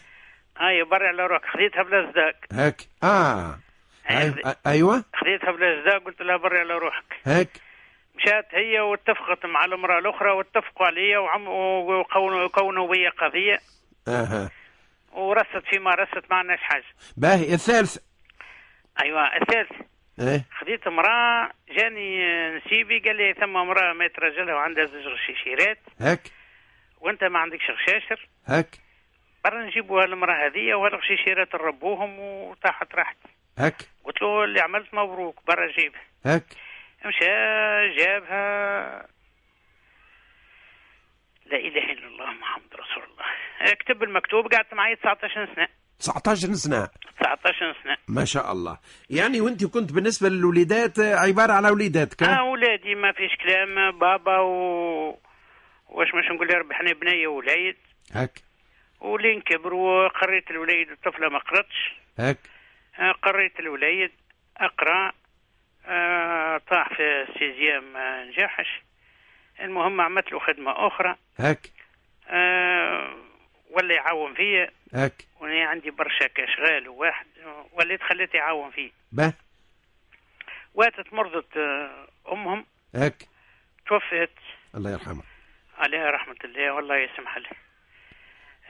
Speaker 4: هاي بري على روحك خذيتها بلا صداق
Speaker 2: هك اه أي- أ- ايوه
Speaker 4: خذيتها بلا صداق قلت لها بري على روحك
Speaker 2: هك
Speaker 4: مشات هي واتفقت مع المرأة الأخرى واتفقوا عليا وعم وكونوا وكونوا بي قضية
Speaker 2: اها
Speaker 4: ورست فيما رست ما عندناش حاجة
Speaker 2: باهي الثالث
Speaker 4: أيوة الثالث
Speaker 2: ايه
Speaker 4: خذيت امرأة جاني نسيبي قال لي ثم امرأة مات رجلها وعندها زوج رشيشيرات
Speaker 2: هك
Speaker 4: وانت ما عندكش غشاشر
Speaker 2: هك
Speaker 4: برا نجيبوها المرأة هذية وهالغشيشيرات نربوهم وطاحت راحتي
Speaker 2: هك
Speaker 4: قلت له اللي عملت مبروك برا جيبها
Speaker 2: هك
Speaker 4: مشى جابها لا اله الا الله محمد رسول الله كتب المكتوب قعدت معي 19 سنه
Speaker 2: 19 سنه
Speaker 4: 19 سنه
Speaker 2: ما شاء الله يعني وانت كنت بالنسبه للوليدات آه، عباره على وليداتك
Speaker 4: اه
Speaker 2: آه.
Speaker 4: اولادي ما فيش كلام بابا و واش مش نقول يا ربي احنا بنيه وولاد
Speaker 2: هك
Speaker 4: ولين كبروا قريت الوليد الطفله ما قرتش
Speaker 2: هك
Speaker 4: آه، قريت الوليد اقرا آه، طاح في السيزيام ما نجحش المهم عملت له خدمه اخرى
Speaker 2: هك
Speaker 4: آه، ولا يعاون فيا
Speaker 2: هك
Speaker 4: وانا عندي برشا كاشغال وواحد وليت خليته يعاون فيه
Speaker 2: به
Speaker 4: واتت مرضت آه، امهم
Speaker 2: هك
Speaker 4: توفت
Speaker 2: الله يرحمه
Speaker 4: عليها رحمه الله والله يسمح لها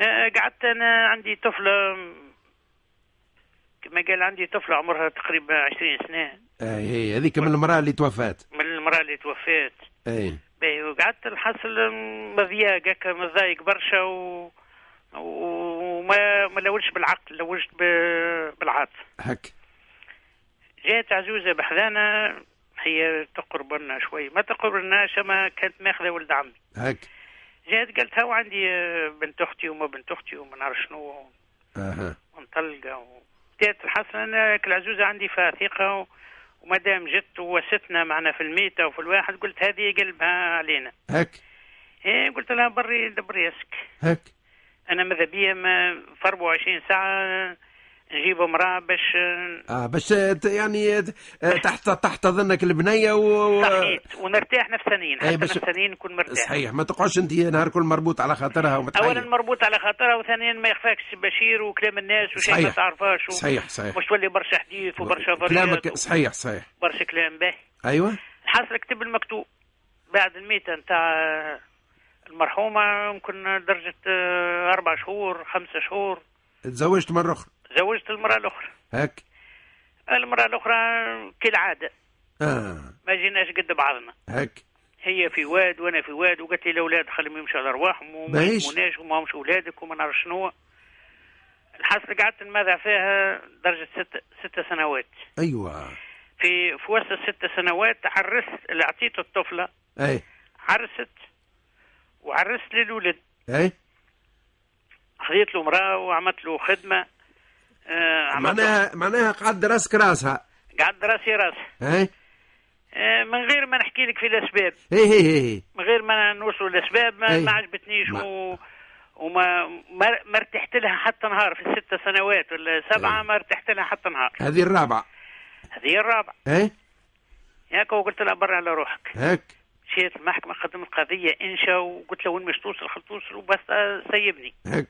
Speaker 4: آه، قعدت انا عندي طفله م، كما قال عندي طفله عمرها تقريبا 20 سنه
Speaker 2: آه هي هذيك من المراه اللي توفات
Speaker 4: من المراه اللي توفات
Speaker 2: اي
Speaker 4: باهي وقعدت الحصل م، مضياق هكا مضايق برشا و... و- وما ما لوجتش بالعقل لوجت ب... بالعاطفه
Speaker 2: هك
Speaker 4: جات عزوزة بحذانا هي تقرب لنا شوي ما تقرب لناش اما كانت ماخذة ولد عمي
Speaker 2: هك
Speaker 4: جات قالت هاو عندي آه، بنت أختي وما بنت أختي وما نعرف شنو
Speaker 2: اها
Speaker 4: ومطلقة و- جات الحسن أنا كالعزوزة عندي فثيقة و... ومادام جت ووستنا معنا في الميتة وفي الواحد قلت هذه قلبها علينا
Speaker 2: هك
Speaker 4: إيه قلت لها بري دبري يسك
Speaker 2: هك
Speaker 4: أنا ماذا بيا ما في 24 ساعة نجيب امرأة باش آه،
Speaker 2: اه باش آه، ت- يعني آه، آه، تحت تحت ظنك البنيه و... و-
Speaker 4: صحيح ونرتاح نفسانيا
Speaker 2: إيه
Speaker 4: حتى
Speaker 2: باش-
Speaker 4: نفسانيا نكون مرتاح
Speaker 2: صحيح ما تقعدش انت نهار كل مربوط على خاطرها
Speaker 4: اولا
Speaker 2: ومتحير
Speaker 4: مربوط على خاطرها وثانيا ما يخفاكش بشير وكلام الناس وشيء ما
Speaker 2: صحيح.
Speaker 4: تعرفهاش و-
Speaker 2: صحيح صحيح
Speaker 4: مش تولي برشا حديث وبرشا
Speaker 2: كلامك
Speaker 4: فريات
Speaker 2: صحيح صحيح
Speaker 4: وبرشا كلام باهي
Speaker 2: ايوه
Speaker 4: حصل كتب المكتوب بعد الميتة نتاع المرحومة يمكن درجة آه، أربع شهور خمسة شهور
Speaker 2: تزوجت مره اخرى
Speaker 4: زوجت المرأة الأخرى
Speaker 2: هك
Speaker 4: المرأة الأخرى كالعادة
Speaker 2: اه
Speaker 4: ما جيناش قد بعضنا
Speaker 2: هك
Speaker 4: هي في واد وانا في واد وقالت لي الاولاد خليهم يمشوا على ارواحهم وما
Speaker 2: ماهيش.
Speaker 4: يهموناش وما همش اولادك وما نعرف شنو الحصر قعدت نماذع فيها درجه ست ست سنوات
Speaker 2: ايوه
Speaker 4: في في وسط الست سنوات عرست اللي اعطيته الطفله
Speaker 2: اي
Speaker 4: عرست وعرست للولد
Speaker 2: اي
Speaker 4: خذيت له امراه وعملت له خدمه آه عملت له-
Speaker 2: معناها معناها قعد راسك راسها
Speaker 4: قعد راسي راسي
Speaker 2: اي
Speaker 4: آه من غير ما نحكي لك في الاسباب
Speaker 2: هي هي هي
Speaker 4: من غير ما نوصلوا لاسباب ما,
Speaker 2: أي.
Speaker 4: ما عجبتنيش
Speaker 2: ما-
Speaker 4: و... وما ما ما ارتحت لها حتى نهار في الست سنوات ولا سبعه
Speaker 2: أي.
Speaker 4: ما ارتحت لها حتى نهار
Speaker 2: هذه الرابعه
Speaker 4: هذه هي الرابعه
Speaker 2: اي
Speaker 4: ياك وقلت لها برا على روحك
Speaker 2: هك
Speaker 4: مشيت المحكمه قدمت قضيه انشا وقلت لها وين مش توصل خل توصل وبس آه، سيبني
Speaker 2: هك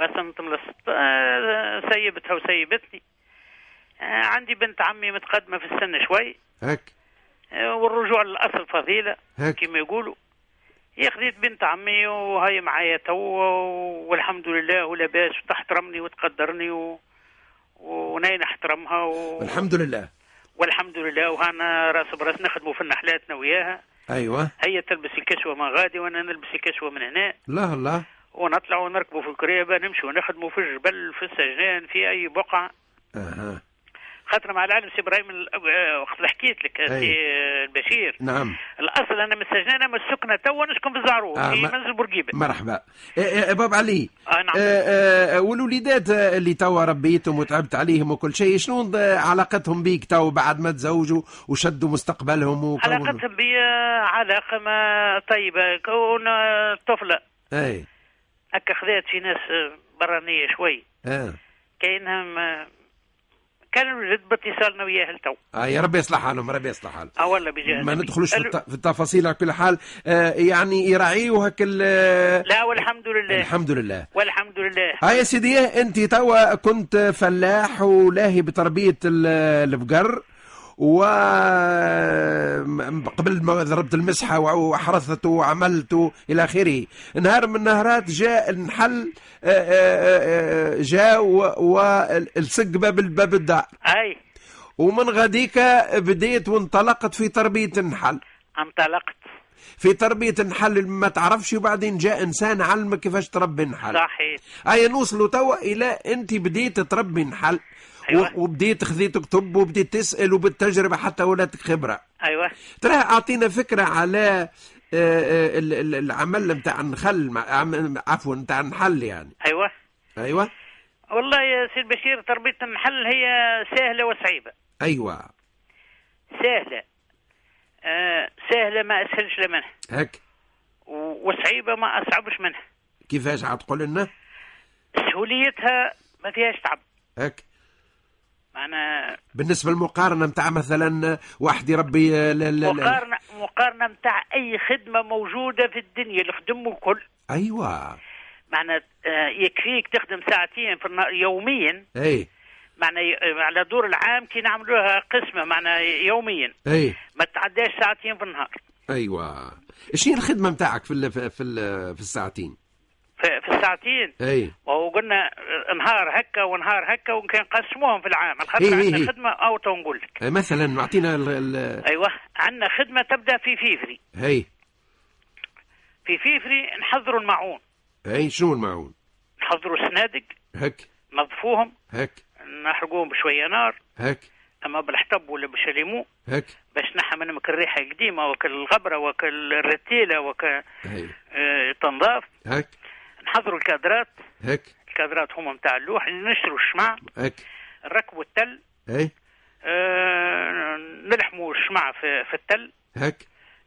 Speaker 4: بس نتملصت آه، سيبتها وسيبتني آه، عندي بنت عمي متقدمه في السن شوي
Speaker 2: هك
Speaker 4: آه، والرجوع للاصل فضيله
Speaker 2: هك.
Speaker 4: كما يقولوا يا خذيت بنت عمي وهي معايا توا والحمد لله ولاباس وتحترمني وتقدرني و... وناي نحترمها و...
Speaker 2: الحمد لله
Speaker 4: والحمد لله وهنا راس براس نخدموا في النحلات انا وياها
Speaker 2: ايوه
Speaker 4: هي تلبس الكسوه من غادي وانا نلبس الكسوه من هنا
Speaker 2: الله الله
Speaker 4: ونطلع ونركبوا في الكريبه نمشوا نخدموا في الجبل في السجان في اي بقعه
Speaker 2: اها
Speaker 4: خاطر مع العالم سي ابراهيم ال- آه، وقت اللي حكيت لك
Speaker 2: أي.
Speaker 4: سي البشير
Speaker 2: نعم
Speaker 4: الاصل انا من السجنانه من السكنه توا نسكن في الزعرور
Speaker 2: آه،
Speaker 4: في
Speaker 2: ما-
Speaker 4: منزل بورقيبه
Speaker 2: مرحبا إيه، إيه، باب علي
Speaker 4: آه، نعم.
Speaker 2: آه، آه، والوليدات آه، اللي توا ربيتهم وتعبت عليهم وكل شيء شنو ض- علاقتهم بيك توا بعد ما تزوجوا وشدوا مستقبلهم وكونوا
Speaker 4: علاقتهم بي علاقة ما طيبة كون طفلة
Speaker 2: اي
Speaker 4: هكا خذات في ناس آه، برانيه شوي
Speaker 2: اه,
Speaker 4: كاينهم آه، كان الولد باتصالنا وياه لتو
Speaker 2: آه يا ربي يصلح حالهم ربي يصلح حالهم
Speaker 4: اه والله بجهة
Speaker 2: ما
Speaker 4: النبي.
Speaker 2: ندخلوش في
Speaker 4: قالوا-
Speaker 2: الت- في التفاصيل على كل حال آه يعني يراعيه هك ال-
Speaker 4: لا والحمد لله
Speaker 2: الحمد لله
Speaker 4: والحمد لله
Speaker 2: هاي آه يا سيدي انت توا كنت فلاح ولاهي بتربيه ال- البقر و م- قبل ما ضربت المسحه وع- وحرثت وعملت الى اخره نهار من النهارات جاء النحل آه، آه، آه، جاء والسق باب ال- باب الدار
Speaker 4: اي
Speaker 2: ومن غديك بديت وانطلقت في تربيه النحل
Speaker 4: انطلقت
Speaker 2: في تربيه النحل ما تعرفش وبعدين جاء انسان علمك كيفاش تربي النحل
Speaker 4: صحيح
Speaker 2: هيا نوصلوا توا الى انت بديت تربي نحل
Speaker 4: أيوة.
Speaker 2: و- وبديت خذيت كتب وبديت تسال وبالتجربه حتى ولاتك خبره
Speaker 4: ايوه
Speaker 2: ترى اعطينا فكره على آه، آه، ال- ال- العمل نتاع النخل مع- عم- عفوا نتاع النحل يعني
Speaker 4: ايوه
Speaker 2: ايوه
Speaker 4: والله يا سيد بشير تربية النحل هي سهلة وصعيبة
Speaker 2: ايوه
Speaker 4: سهلة آه سهلة ما أسهلش لا منها
Speaker 2: هك
Speaker 4: و- وصعيبة ما أصعبش منها
Speaker 2: كيفاش عاد تقول لنا
Speaker 4: سهوليتها ما فيهاش تعب
Speaker 2: هك
Speaker 4: معنا
Speaker 2: بالنسبه للمقارنه نتاع مثلا واحد يربي آه، لا- لا- لا-
Speaker 4: مقارنة مقارنة متاع أي خدمة موجودة في الدنيا اللي خدمه الكل
Speaker 2: ايوه
Speaker 4: معنا آه، يكفيك تخدم ساعتين في النهار يوميا
Speaker 2: اي
Speaker 4: معنا ي- على دور العام كي نعملوها قسمة معنا يوميا
Speaker 2: اي
Speaker 4: ما تعداش ساعتين في النهار
Speaker 2: ايوه شنو الخدمه نتاعك في ال- في في, ال- في الساعتين إيه.
Speaker 4: في في الساعتين
Speaker 2: اي
Speaker 4: وهو قلنا نهار هكا ونهار هكا وكان نقسموهم في العام على
Speaker 2: إيه
Speaker 4: خاطر
Speaker 2: إيه
Speaker 4: عندنا
Speaker 2: إيه.
Speaker 4: خدمه او تو نقول لك
Speaker 2: مثلا اعطينا آه، ال- ال-
Speaker 4: ايوه عندنا خدمه تبدا في فيفري
Speaker 2: هي
Speaker 4: في فيفري نحضروا المعون
Speaker 2: هي شنو المعون
Speaker 4: نحضروا السنادق
Speaker 2: هك
Speaker 4: نظفوهم
Speaker 2: هك
Speaker 4: نحرقوهم بشويه نار
Speaker 2: هك
Speaker 4: اما بالحطب ولا بالشليمو
Speaker 2: هك
Speaker 4: باش نحى منهم كل الريحه القديمه وكل الغبره وكل الرتيله وك
Speaker 2: هي
Speaker 4: آه، تنظاف
Speaker 2: هك
Speaker 4: نحضروا الكادرات
Speaker 2: هك
Speaker 4: الكادرات هما نتاع اللوح نشروا الشمع
Speaker 2: هك
Speaker 4: نركبوا التل
Speaker 2: هي
Speaker 4: آه، نلحموا الشمع في, في التل
Speaker 2: هك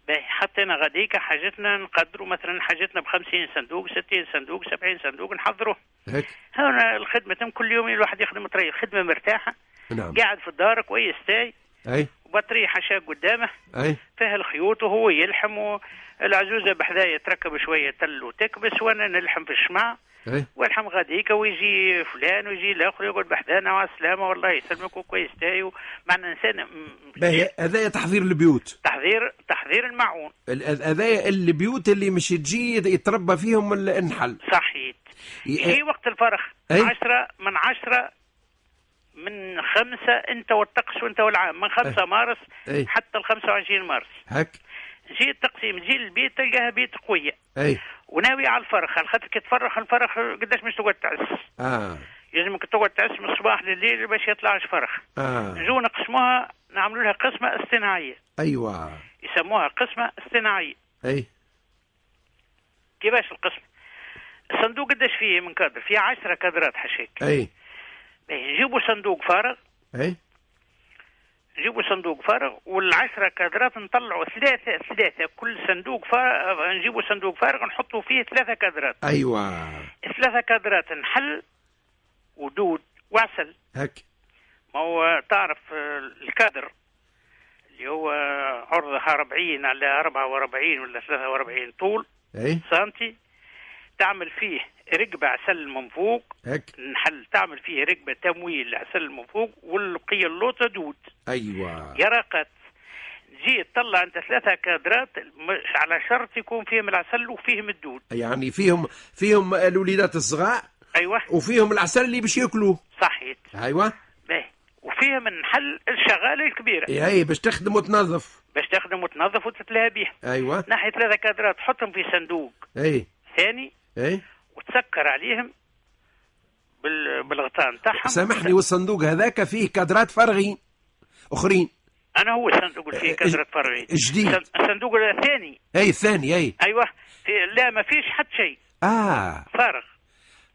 Speaker 4: باهي حطينا غاديك حاجتنا نقدروا مثلا حاجتنا ب 50 صندوق 60 صندوق 70 صندوق نحضروه
Speaker 2: هك
Speaker 4: هنا الخدمه تم كل يوم الواحد يخدم طريق خدمه مرتاحه
Speaker 2: نعم
Speaker 4: قاعد في دار كويس تاي
Speaker 2: اي
Speaker 4: وبطريحه حشاه قدامه
Speaker 2: اي
Speaker 4: فيها الخيوط وهو يلحم والعزوزه بحذايا تركب شويه تل وتكبس وانا نلحم في الشمع
Speaker 2: اي
Speaker 4: والحم غاديك ويجي فلان ويجي الاخر يقول بحذانا على السلامه والله يسلمك وكويس تاي معنا انسان م-
Speaker 2: باهي هذايا تحضير البيوت
Speaker 4: تحضير تحضير المعون
Speaker 2: ال- هذايا البيوت اللي مش تجي يتربى فيهم ال- النحل
Speaker 4: صحيت يجي وقت الفرخ
Speaker 2: أي.
Speaker 4: عشرة من عشرة من خمسة أنت والطقس وأنت والعام من خمسة
Speaker 2: أي.
Speaker 4: مارس
Speaker 2: أي.
Speaker 4: حتى الخمسة وعشرين مارس
Speaker 2: هك
Speaker 4: جي التقسيم جي البيت تلقاها بيت قوية
Speaker 2: اي
Speaker 4: وناوي على الفرخ على خاطر كي تفرخ الفرخ قداش مش تقعد تعس
Speaker 2: اه
Speaker 4: يلزمك تقعد تعس من الصباح لليل باش يطلعش فرخ
Speaker 2: اه
Speaker 4: نجو نقسموها نعملوا لها قسمة اصطناعية
Speaker 2: ايوه
Speaker 4: يسموها قسمة اصطناعية
Speaker 2: اي
Speaker 4: كيفاش القسم الصندوق قداش فيه من كادر فيه عشرة كادرات حشيك
Speaker 2: اي
Speaker 4: باهي نجيبوا صندوق فارغ
Speaker 2: اي
Speaker 4: نجيبوا صندوق فارغ والعشرة كادرات نطلعوا ثلاثة ثلاثة كل صندوق فارغ نجيبوا صندوق فارغ نحطوا فيه ثلاثة كادرات
Speaker 2: ايوه
Speaker 4: ثلاثة كادرات نحل ودود وعسل
Speaker 2: هك
Speaker 4: ما هو تعرف آه، الكادر اللي هو عرضها 40 على 44 ولا 43 طول
Speaker 2: اي
Speaker 4: سنتي تعمل فيه ركبة عسل من فوق
Speaker 2: هك
Speaker 4: نحل تعمل فيه ركبة تمويل عسل من فوق والبقية اللوطة دود
Speaker 2: ايوه
Speaker 4: يرقت جي تطلع انت ثلاثة كادرات مش على شرط يكون فيهم العسل وفيهم الدود
Speaker 2: يعني فيهم فيهم الوليدات الصغار
Speaker 4: ايوه
Speaker 2: وفيهم العسل اللي باش ياكلوه
Speaker 4: صحيت
Speaker 2: ايوه
Speaker 4: باهي وفيهم النحل الشغالة الكبيرة
Speaker 2: اي إيه، باش تخدم وتنظف
Speaker 4: باش تخدم وتنظف وتتلهى بيها
Speaker 2: ايوه
Speaker 4: ناحية ثلاثة كادرات تحطهم في صندوق
Speaker 2: اي
Speaker 4: ثاني
Speaker 2: اي
Speaker 4: وتسكر عليهم بال... بالغطاء نتاعهم
Speaker 2: سامحني والصندوق هذاك فيه كادرات فارغين اخرين
Speaker 4: انا هو الصندوق اللي فيه كادرة فرعي
Speaker 2: إيه، جديد.
Speaker 4: الصندوق الثاني
Speaker 2: اي إيه، الثاني اي
Speaker 4: ايوه في... لا ما فيش حد شيء
Speaker 2: اه
Speaker 4: فارغ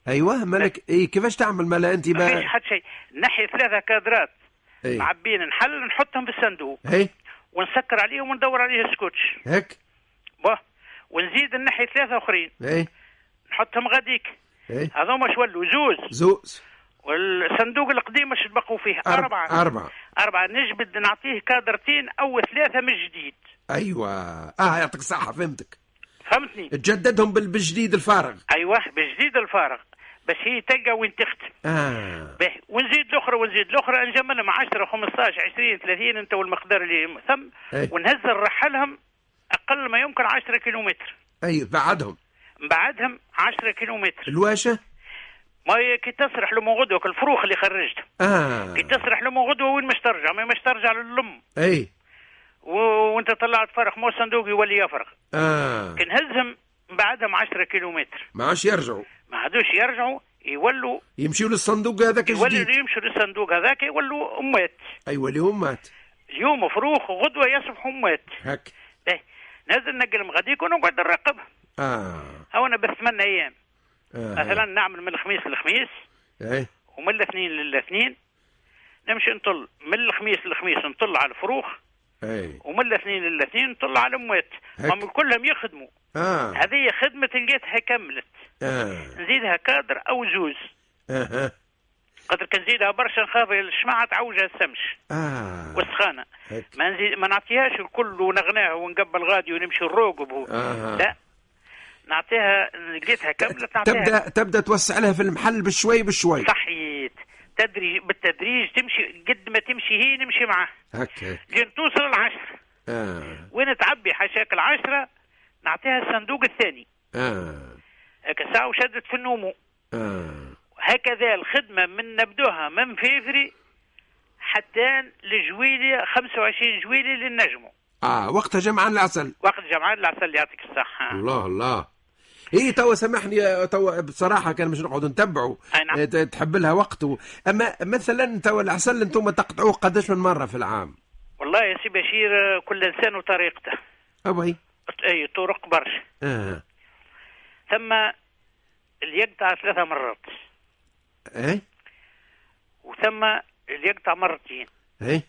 Speaker 2: ايوه مالك اي كيفاش تعمل مالا انت
Speaker 4: ما فيش
Speaker 2: بقى
Speaker 4: حد شيء نحي ثلاثة كادرات
Speaker 2: اي
Speaker 4: معبين نحل نحطهم في الصندوق
Speaker 2: اي
Speaker 4: ونسكر عليهم وندور عليه السكوتش
Speaker 2: إيه. هيك
Speaker 4: باه ونزيد نحي ثلاثة أخرين
Speaker 2: اي
Speaker 4: نحطهم غاديك
Speaker 2: إيه؟
Speaker 4: هذوما شو ولوا زوز
Speaker 2: زوز
Speaker 4: والصندوق القديم اش بقوا فيه
Speaker 2: أربعة
Speaker 4: أربعة
Speaker 2: أربعة
Speaker 4: أربعة نجبد نعطيه كادرتين أو ثلاثة من جديد
Speaker 2: أيوة آه يعطيك صحة فهمتك إيه.
Speaker 4: فهمتني
Speaker 2: تجددهم بال- بالجديد الفارغ
Speaker 4: أيوه بالجديد الفارغ بس هي تلقى وين تختم
Speaker 2: آه
Speaker 4: باهي ونزيد الاخرى ونزيد الاخرى نجملهم 10 15 20 30 انت والمقدار اللي ثم
Speaker 2: إيه.
Speaker 4: ونهز نرحلهم اقل ما يمكن 10 كيلومتر
Speaker 2: أيوة بعدهم
Speaker 4: بعدهم 10 كيلومتر
Speaker 2: الواشة
Speaker 4: ما هي كي تسرح لهم غدوه الفروخ اللي خرجته
Speaker 2: آه
Speaker 4: كي تسرح لهم غدوه وين مش ترجع ما مش ترجع للم
Speaker 2: أي
Speaker 4: و... وانت طلعت فرخ مو صندوق يولي يفرغ
Speaker 2: آه
Speaker 4: كي نهزهم بعدهم 10 كيلومتر
Speaker 2: ما عادش يرجعوا
Speaker 4: ما عادوش يرجعوا يولوا
Speaker 2: يمشيوا للصندوق هذاك الجديد
Speaker 4: يولوا يمشوا للصندوق هذاك يولوا اموات
Speaker 2: أيوة اللي هم مات
Speaker 4: اليوم فروخ وغدوه يصبحوا اموات
Speaker 2: هك
Speaker 4: باهي نزل نقلهم غاديك ونقعد نراقبهم
Speaker 2: آه
Speaker 4: هو انا بس ثمان ايام
Speaker 2: آه
Speaker 4: مثلا نعمل من الخميس للخميس
Speaker 2: إيه
Speaker 4: ومن الاثنين للاثنين نمشي نطل من الخميس للخميس نطل على الفروخ
Speaker 2: إيه
Speaker 4: ومن الاثنين للاثنين نطل على الاموات
Speaker 2: هيك.
Speaker 4: هم كلهم يخدموا
Speaker 2: آه
Speaker 4: هذه خدمة لقيتها كملت
Speaker 2: آه
Speaker 4: نزيدها كادر أو زوز
Speaker 2: آه
Speaker 4: قدر كنزيدها برشا نخاف الشمعة تعوجها السمش
Speaker 2: آه
Speaker 4: والسخانة
Speaker 2: هيك.
Speaker 4: ما, نزيد ما نعطيهاش الكل ونغناه ونقبل غادي ونمشي نروقبه
Speaker 2: آه.
Speaker 4: لا نعطيها لقيتها كملت نعطيها
Speaker 2: تبدا تبدا توسع لها في المحل بشوي بشوي
Speaker 4: صحيت تدريج بالتدريج تمشي قد ما تمشي هي نمشي معاه
Speaker 2: هكا
Speaker 4: لين توصل العشرة
Speaker 2: اه
Speaker 4: وين تعبي حشاك العشرة نعطيها الصندوق الثاني
Speaker 2: اه
Speaker 4: هكا ساعة وشدت في النوم
Speaker 2: اه
Speaker 4: هكذا الخدمة من نبدوها من فيفري حتى لجويلي 25 جويلي للنجمو
Speaker 2: اه وقتها جمعان العسل
Speaker 4: وقت جمعان العسل يعطيك الصحة
Speaker 2: الله الله اي توا سامحني توا بصراحه كان مش نقعد نتبعوا
Speaker 4: أي نعم.
Speaker 2: آه، ت- تحب لها وقت و... اما مثلا توا العسل انتم تقطعوه قداش من مره في العام
Speaker 4: والله يا سي بشير كل إنسان وطريقته
Speaker 2: ابوي
Speaker 4: أي طرق برشا
Speaker 2: اه
Speaker 4: ثم اللي يقطع ثلاثة مرات
Speaker 2: ايه
Speaker 4: وثم اللي يقطع مرتين
Speaker 2: ايه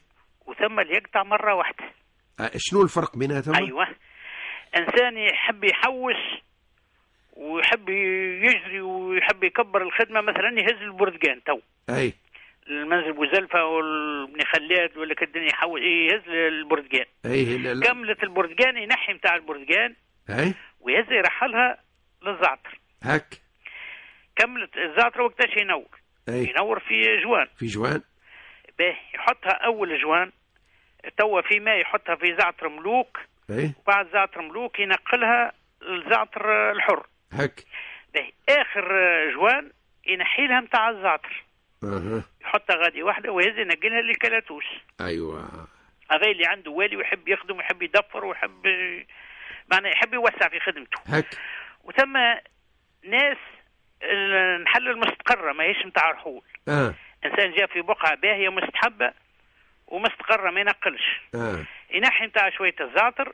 Speaker 4: وثم اللي يقطع مره واحده
Speaker 2: آه، شنو الفرق بيناتهم
Speaker 4: ايوه انسان يحب يحوس ويحب يجري ويحب يكبر الخدمه مثلا يهز البرتقان تو
Speaker 2: اي
Speaker 4: المنزل بوزلفه والبن خلاد ولا كالدنيا يحوس يهز البرتقان
Speaker 2: اي إيه، لا لا
Speaker 4: كملت البرتقان ينحي متاع البرتقان
Speaker 2: اي
Speaker 4: ويهز يرحلها للزعتر
Speaker 2: هك
Speaker 4: كملت الزعتر وقتاش ينور
Speaker 2: اي
Speaker 4: ينور في جوان
Speaker 2: في جوان
Speaker 4: باهي يحطها اول جوان توا في ماء يحطها في زعتر ملوك
Speaker 2: اي
Speaker 4: بعد زعتر ملوك ينقلها للزعتر الحر
Speaker 2: هك
Speaker 4: باهي اخر آه، جوان ينحي لها نتاع الزعتر
Speaker 2: اها
Speaker 4: يحطها غادي واحده ويهز ينقلها للكلاتوس
Speaker 2: ايوه
Speaker 4: هذا اللي عنده والي ويحب يخدم ويحب يدفر ويحب معناه يحب يوسع في خدمته
Speaker 2: هك
Speaker 4: وثم ناس آه، نحل المستقره ماهيش نتاع رحول
Speaker 2: اه
Speaker 4: انسان جاء في بقعه باهيه مستحبه ومستقره ما ينقلش
Speaker 2: اه
Speaker 4: ينحي نتاع شويه الزعتر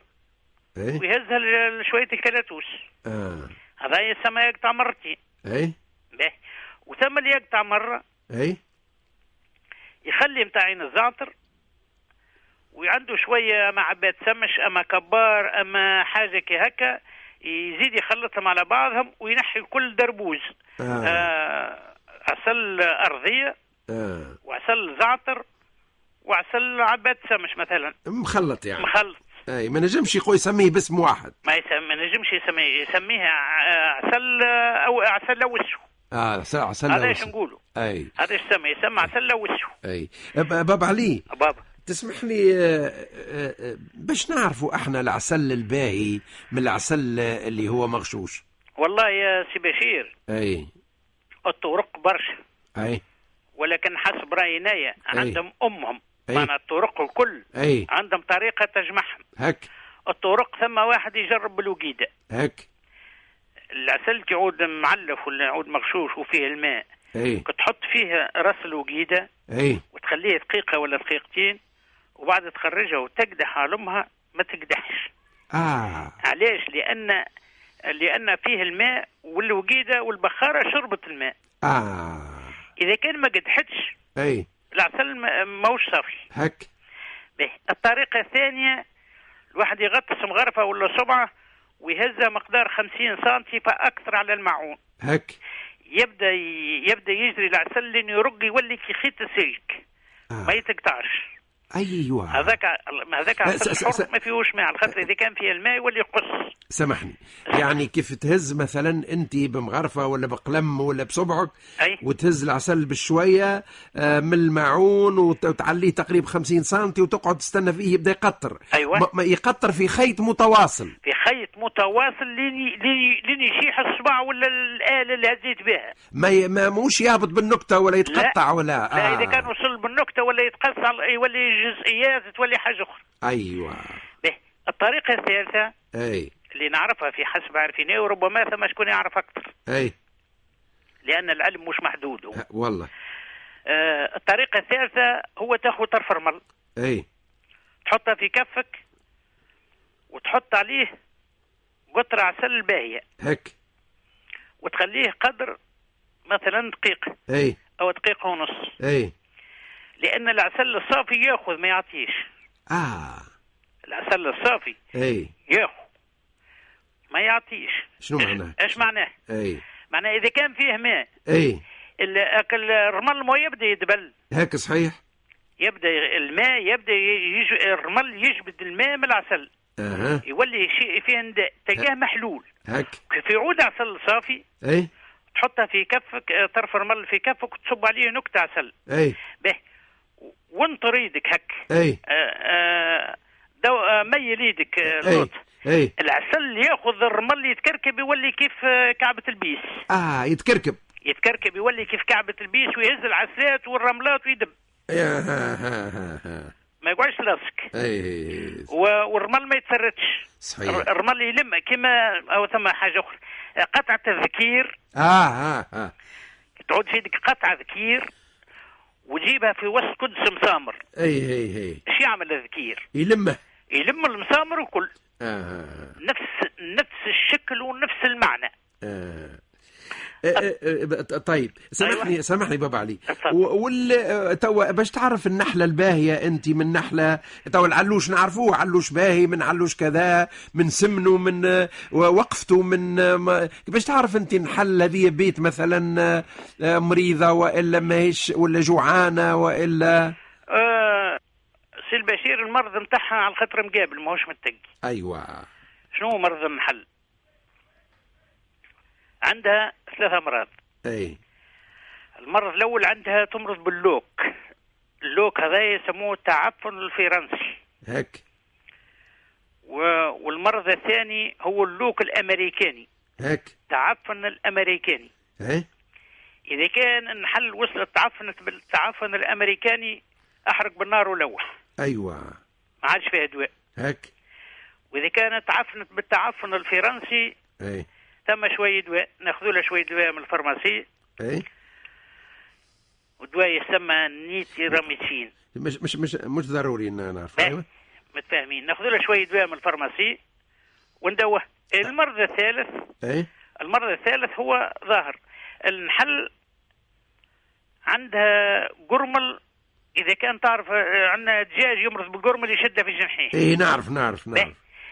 Speaker 2: ايه
Speaker 4: ويهزها ل- لشويه الكلاتوس
Speaker 2: اه
Speaker 4: هذا يسمى يقطع مرتين
Speaker 2: اي
Speaker 4: به وثم اللي يقطع مره
Speaker 2: اي
Speaker 4: يخلي متاع عين الزعتر وعنده شويه مع عباد سمش اما كبار اما حاجه كي هكا يزيد يخلطهم على بعضهم وينحي كل دربوز
Speaker 2: آه.
Speaker 4: آه عسل ارضيه
Speaker 2: اه
Speaker 4: وعسل زعتر وعسل عباد سمش مثلا
Speaker 2: مخلط يعني
Speaker 4: مخلط
Speaker 2: اي ما نجمش يقول يسميه باسم واحد
Speaker 4: ما يسمى نجمش يسميه يسميها ع- عسل آه، او عسل وسو
Speaker 2: اه سلع سلع
Speaker 4: هذا ايش
Speaker 2: وسلع.
Speaker 4: نقولوا
Speaker 2: اي
Speaker 4: هذا ايش يسمى يسمى عسل وسو
Speaker 2: اي أب- باب علي
Speaker 4: بابا
Speaker 2: تسمح لي آه، آه، آه، باش نعرفوا احنا العسل الباهي من العسل آه، اللي هو مغشوش
Speaker 4: والله يا سي بشير
Speaker 2: اي
Speaker 4: الطرق برشا
Speaker 2: اي
Speaker 4: ولكن حسب رايي انايا عندهم امهم
Speaker 2: أي.
Speaker 4: معناها الطرق الكل
Speaker 2: اي
Speaker 4: عندهم طريقه تجمعهم
Speaker 2: هك
Speaker 4: الطرق ثم واحد يجرب بالوقيده
Speaker 2: هك
Speaker 4: العسل كي يعود معلف ولا يعود مغشوش وفيه الماء
Speaker 2: اي
Speaker 4: كي تحط فيه راس الوقيده
Speaker 2: اي
Speaker 4: وتخليه دقيقه ولا دقيقتين وبعد تخرجها وتقدح على امها ما تقدحش
Speaker 2: اه
Speaker 4: علاش لان لان فيه الماء والوقيده والبخاره شربت الماء
Speaker 2: اه
Speaker 4: اذا كان ما قدحتش
Speaker 2: اي
Speaker 4: العسل ما- ماهوش صافي
Speaker 2: هك
Speaker 4: به الطريقة الثانية الواحد يغطس مغرفة ولا صبعة ويهزها مقدار 50 سم فاكثر على المعون
Speaker 2: هك
Speaker 4: يبدا يبدا يجري العسل لين يرق يولي كي خيط السلك
Speaker 2: آه.
Speaker 4: ما يتقطعش
Speaker 2: أيوة
Speaker 4: هذاك هذاك
Speaker 2: لا،
Speaker 4: عسل
Speaker 2: س- س-
Speaker 4: الحر
Speaker 2: س-
Speaker 4: ما فيهوش ماء على خاطر اذا كان فيه الماء يولي يقص
Speaker 2: سامحني يعني كيف تهز مثلا انت بمغرفه ولا بقلم ولا بصبعك
Speaker 4: أي.
Speaker 2: وتهز العسل بالشويه آه، من الماعون وت- وتعليه تقريبا 50 سم وتقعد تستنى فيه يبدا يقطر
Speaker 4: أيوة.
Speaker 2: ما- ما يقطر في خيط متواصل
Speaker 4: في خيط متواصل لين ي- لين ي- لين يشيح الصباع ولا الاله اللي هزيت بها
Speaker 2: ما ي... ما موش يهبط بالنكته ولا يتقطع ولا آه.
Speaker 4: لا اذا كان وصل بالنكته ولا يتقص على- يولي جزئيات تولي حاجه اخرى
Speaker 2: ايوه
Speaker 4: به الطريقه الثالثه
Speaker 2: اي
Speaker 4: اللي نعرفها في حسب عارفينها وربما ثم شكون يعرف اكثر
Speaker 2: اي
Speaker 4: لان العلم مش محدود هو.
Speaker 2: ه- والله
Speaker 4: آه الطريقه الثالثه هو تاخذ طرف رمل
Speaker 2: اي
Speaker 4: تحطها في كفك وتحط عليه قطرة عسل باهية
Speaker 2: هك
Speaker 4: وتخليه قدر مثلا دقيقة
Speaker 2: اي
Speaker 4: أو دقيقة ونص
Speaker 2: اي
Speaker 4: لأن العسل الصافي ياخذ ما يعطيش
Speaker 2: اه
Speaker 4: العسل الصافي
Speaker 2: اي
Speaker 4: ياخذ ما يعطيش
Speaker 2: شنو
Speaker 4: إيش-
Speaker 2: معناه؟
Speaker 4: ايش معناه؟
Speaker 2: اي
Speaker 4: معناه إذا كان فيه ماء
Speaker 2: اي
Speaker 4: ال- أكل الرمل ما يبدأ يدبل
Speaker 2: هك صحيح
Speaker 4: يبدأ الماء يبدأ ي- يج... الرمل يجبد الماء من العسل
Speaker 2: اها
Speaker 4: يولي شيء فيه نداء تلقاه محلول
Speaker 2: هك
Speaker 4: كيف يعود عسل صافي
Speaker 2: اي
Speaker 4: تحطها في كفك آه، طرف الرمل في كفك وتصب عليه نكتة عسل
Speaker 2: اي
Speaker 4: به وانطر ايدك هك
Speaker 2: اي
Speaker 4: آه، آه، دو آه، ميل ايدك آه،
Speaker 2: اي
Speaker 4: لوط
Speaker 2: اي
Speaker 4: العسل ياخذ الرمل يتكركب يولي كيف آه، كعبة البيس
Speaker 2: اه يتكركب
Speaker 4: يتكركب يولي كيف كعبة البيس ويهز العسلات والرملات ويدب
Speaker 2: يا ها ها ها ها
Speaker 4: ما يقعدش لاصق
Speaker 2: اي
Speaker 4: و- والرمل ما يتسرتش
Speaker 2: صحيح.
Speaker 4: الر- الرمل يلم كما او ثم حاجه اخرى آه، قطعة الذكير
Speaker 2: اه ها ها
Speaker 4: تعود في يدك قطعة ذكير وتجيبها في وسط قدس مسامر
Speaker 2: اي اي اي
Speaker 4: ايش يعمل الذكير
Speaker 2: إيه؟ يلمه
Speaker 4: يلم المسامر وكل
Speaker 2: آه
Speaker 4: نفس نفس الشكل ونفس المعنى
Speaker 2: آه آه، آه، آه، طيب سامحني
Speaker 4: أيوة.
Speaker 2: سامحني بابا علي
Speaker 4: اتفضل.
Speaker 2: و- وال آه، توا باش تعرف النحله الباهيه انت من نحله توا العلوش نعرفوه علوش باهي من علوش كذا من سمنه من آه، وقفته من آه، ما- باش تعرف انت نحله هذه بيت مثلا آه، آه، مريضه والا ماهيش ولا جوعانه والا
Speaker 4: آه سي البشير المرض نتاعها على الخطر مقابل ماهوش متقي
Speaker 2: ايوه
Speaker 4: شنو هو مرض النحل عندها ثلاثة أمراض
Speaker 2: اي
Speaker 4: المرض الأول عندها تمرض باللوك اللوك هذا يسموه التعفن الفرنسي
Speaker 2: هك
Speaker 4: و- والمرض الثاني هو اللوك الأمريكاني
Speaker 2: هك
Speaker 4: التعفن الامريكاني
Speaker 2: اي
Speaker 4: اذا كان النحل وصل التعفن التعفن الامريكاني احرق بالنار ولوح
Speaker 2: ايوه
Speaker 4: ما عادش فيها دواء
Speaker 2: هك
Speaker 4: واذا كانت تعفنت بالتعفن الفرنسي
Speaker 2: اي
Speaker 4: ثم شويه دواء ناخذوا لها شويه دواء من الفارماسي
Speaker 2: اي
Speaker 4: ودواء يسمى نيتيراميسين
Speaker 2: مش مش مش مش ضروري ان نعرف
Speaker 4: باهي. متفاهمين ناخذوا لها شويه دواء من الفارماسي وندوه المرض الثالث
Speaker 2: اي
Speaker 4: المرض الثالث هو ظاهر النحل عندها قرمل اذا كان تعرف آه، عندنا دجاج يمرض بالقرمل يشده في الجنحين
Speaker 2: اي إيه، نعرف نعرف نعرف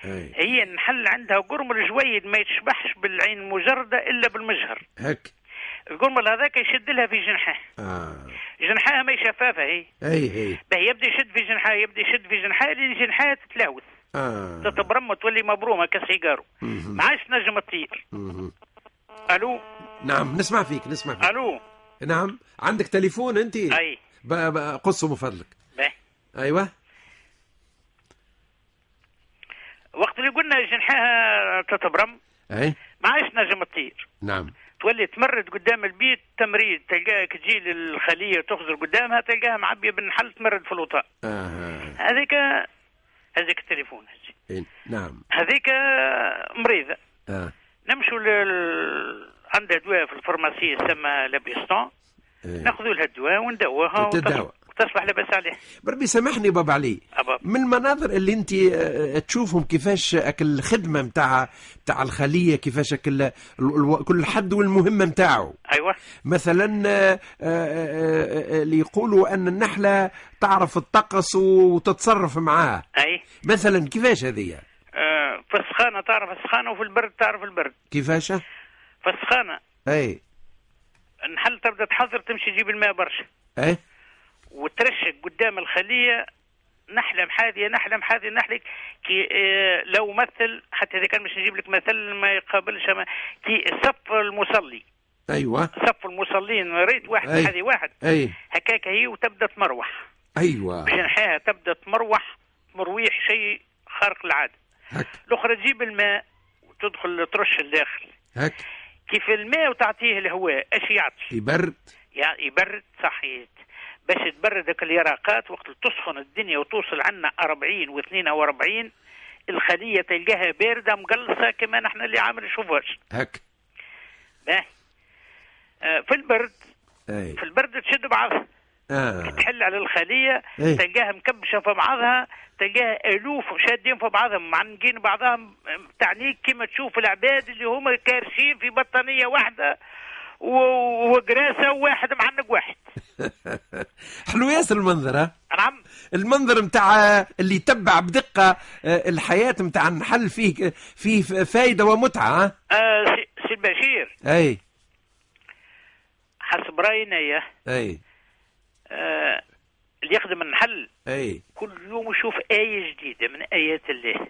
Speaker 2: إيه. اي
Speaker 4: هي النحل عندها قرمل جويد ما يتشبحش بالعين المجرده الا بالمجهر
Speaker 2: هك
Speaker 4: القرمل هذاك يشد لها في جنحها
Speaker 2: اه
Speaker 4: جنحها ما شفافه هي
Speaker 2: اي اي
Speaker 4: به يبدا يشد في جنحها يبدا يشد في جنحها لين جنحها تتلهوث
Speaker 2: اه
Speaker 4: تتبرم وتولي مبرومه كسيجارو
Speaker 2: مهم.
Speaker 4: ما عادش تنجم تطير
Speaker 2: مهم.
Speaker 4: الو
Speaker 2: نعم نسمع فيك نسمع فيك
Speaker 4: الو
Speaker 2: نعم عندك تليفون انت
Speaker 4: اي
Speaker 2: ب- ب- قصه من فضلك
Speaker 4: به
Speaker 2: ايوه
Speaker 4: وقت اللي قلنا جنحها تتبرم
Speaker 2: اي
Speaker 4: ما عادش نجم تطير
Speaker 2: إيه؟ نعم
Speaker 4: تولي تمرد قدام البيت تمريد تلقاك تجي للخليه تخزر قدامها تلقاها معبيه بالنحل تمرد في الوطاء
Speaker 2: اه
Speaker 4: هذيك هذيك التليفون هذيك.
Speaker 2: إي. نعم
Speaker 4: هذيك مريضه
Speaker 2: اه
Speaker 4: نمشوا لل عندها دواء في الفارماسي يسمى لابيستون
Speaker 2: إي.
Speaker 4: ناخذوا لها الدواء وندواها وتص-
Speaker 2: تداوى.
Speaker 4: وتصبح لاباس عليها
Speaker 2: ربي سامحني بابا علي
Speaker 4: أبا.
Speaker 2: من المناظر اللي انت آه، تشوفهم كيفاش اكل الخدمه نتاع نتاع الخليه كيفاش اكل ال- ال- كل حد والمهمه نتاعو
Speaker 4: ايوه
Speaker 2: مثلا آه، آه، آه، اللي يقولوا ان النحله تعرف الطقس وتتصرف معاه
Speaker 4: اي
Speaker 2: مثلا كيفاش هذه
Speaker 4: آه، في في السخانه تعرف السخانه وفي البرد تعرف البرد
Speaker 2: كيفاش
Speaker 4: في السخانه
Speaker 2: اي
Speaker 4: نحل تبدا تحضر تمشي تجيب الماء برشا
Speaker 2: اي
Speaker 4: وترشك قدام الخليه نحلم حادية نحلم حادية نحلم كي آه، لو مثل حتى إذا كان مش نجيب لك مثل ما يقابلش ما كي صف المصلي
Speaker 2: ايوه
Speaker 4: صف المصلين ريت واحد
Speaker 2: أي.
Speaker 4: هذه واحد
Speaker 2: اي
Speaker 4: هكاك هي وتبدا تمروح
Speaker 2: ايوه
Speaker 4: باش نحيها تبدا تمروح مرويح شيء خارق العاده
Speaker 2: هك
Speaker 4: الاخرى تجيب الماء وتدخل ترش الداخل
Speaker 2: هك
Speaker 4: كيف الماء وتعطيه الهواء ايش يعطي
Speaker 2: يبرد
Speaker 4: يعني يبرد صحيت باش تبرد هك اليرقات وقت اللي تسخن الدنيا وتوصل عنا 40 و 42 الخليه تلقاها بارده مقلصه كما نحن اللي عامل الشوفاج
Speaker 2: هك
Speaker 4: باهي. آه، في البرد
Speaker 2: اي
Speaker 4: في البرد تشد بعضها
Speaker 2: اه
Speaker 4: تحل على الخليه
Speaker 2: إيه.
Speaker 4: تلقاها مكبشه في بعضها تلقاها الوف شادين في بعضهم معنقين بعضهم تعنيك كما تشوف العباد اللي هما كارشين في بطانيه واحده و- وقراسه واحد معنق واحد
Speaker 2: حلو ياسر المنظر ها
Speaker 4: نعم
Speaker 2: المنظر متاع اللي يتبع بدقة آه، الحياة متاع النحل فيه فيه ف- فايدة ومتعة ها؟
Speaker 4: آه سي- سي البشير
Speaker 2: أي
Speaker 4: حسب راينا
Speaker 2: أي
Speaker 4: آه اللي يخدم النحل
Speaker 2: أي
Speaker 4: كل يوم يشوف ايه جديده من ايات الله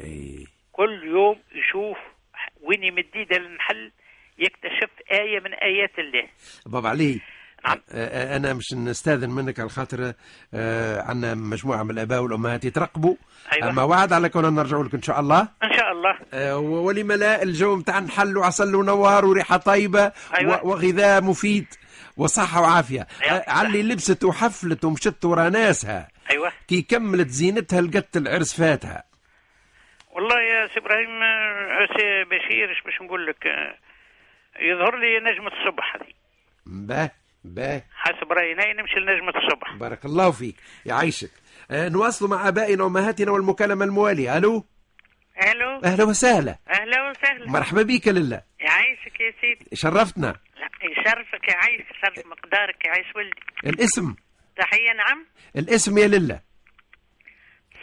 Speaker 2: أي
Speaker 4: كل يوم يشوف وين يمديده للنحل يكتشف ايه من ايات الله
Speaker 2: بابا علي
Speaker 4: نعم.
Speaker 2: آه، انا مش نستاذن منك على خاطر آه، عندنا مجموعه من الاباء والامهات يترقبوا
Speaker 4: أيوة.
Speaker 2: اما وعد على كون نرجعوا لكم ان شاء الله
Speaker 4: ان شاء الله
Speaker 2: آه، و- ولم لا الجو متاع نحل وعسل ونوار وريحه طيبه
Speaker 4: أيوة.
Speaker 2: و- وغذاء مفيد وصحه وعافيه
Speaker 4: أيوة.
Speaker 2: آه، علي لبست وحفلت ومشت ورا ناسها
Speaker 4: ايوه
Speaker 2: كي كملت زينتها لقت العرس فاتها
Speaker 4: والله يا سي ابراهيم آه، سي بشير ايش باش نقول لك آه، يظهر لي نجمة الصبح هذه
Speaker 2: باه باه
Speaker 4: حسب رايي نمشي لنجمة الصبح
Speaker 2: بارك الله فيك يعيشك آه، نواصل مع ابائنا وامهاتنا والمكالمه المواليه الو
Speaker 5: الو
Speaker 2: اهلا وسهلا
Speaker 5: اهلا وسهلا
Speaker 2: مرحبا بك لله
Speaker 5: يعيشك يا سيدي
Speaker 2: شرفتنا
Speaker 5: لا يشرفك يعيش يشرف مقدارك يعيش ولدي
Speaker 2: الاسم
Speaker 5: تحيه نعم
Speaker 2: الاسم يا لله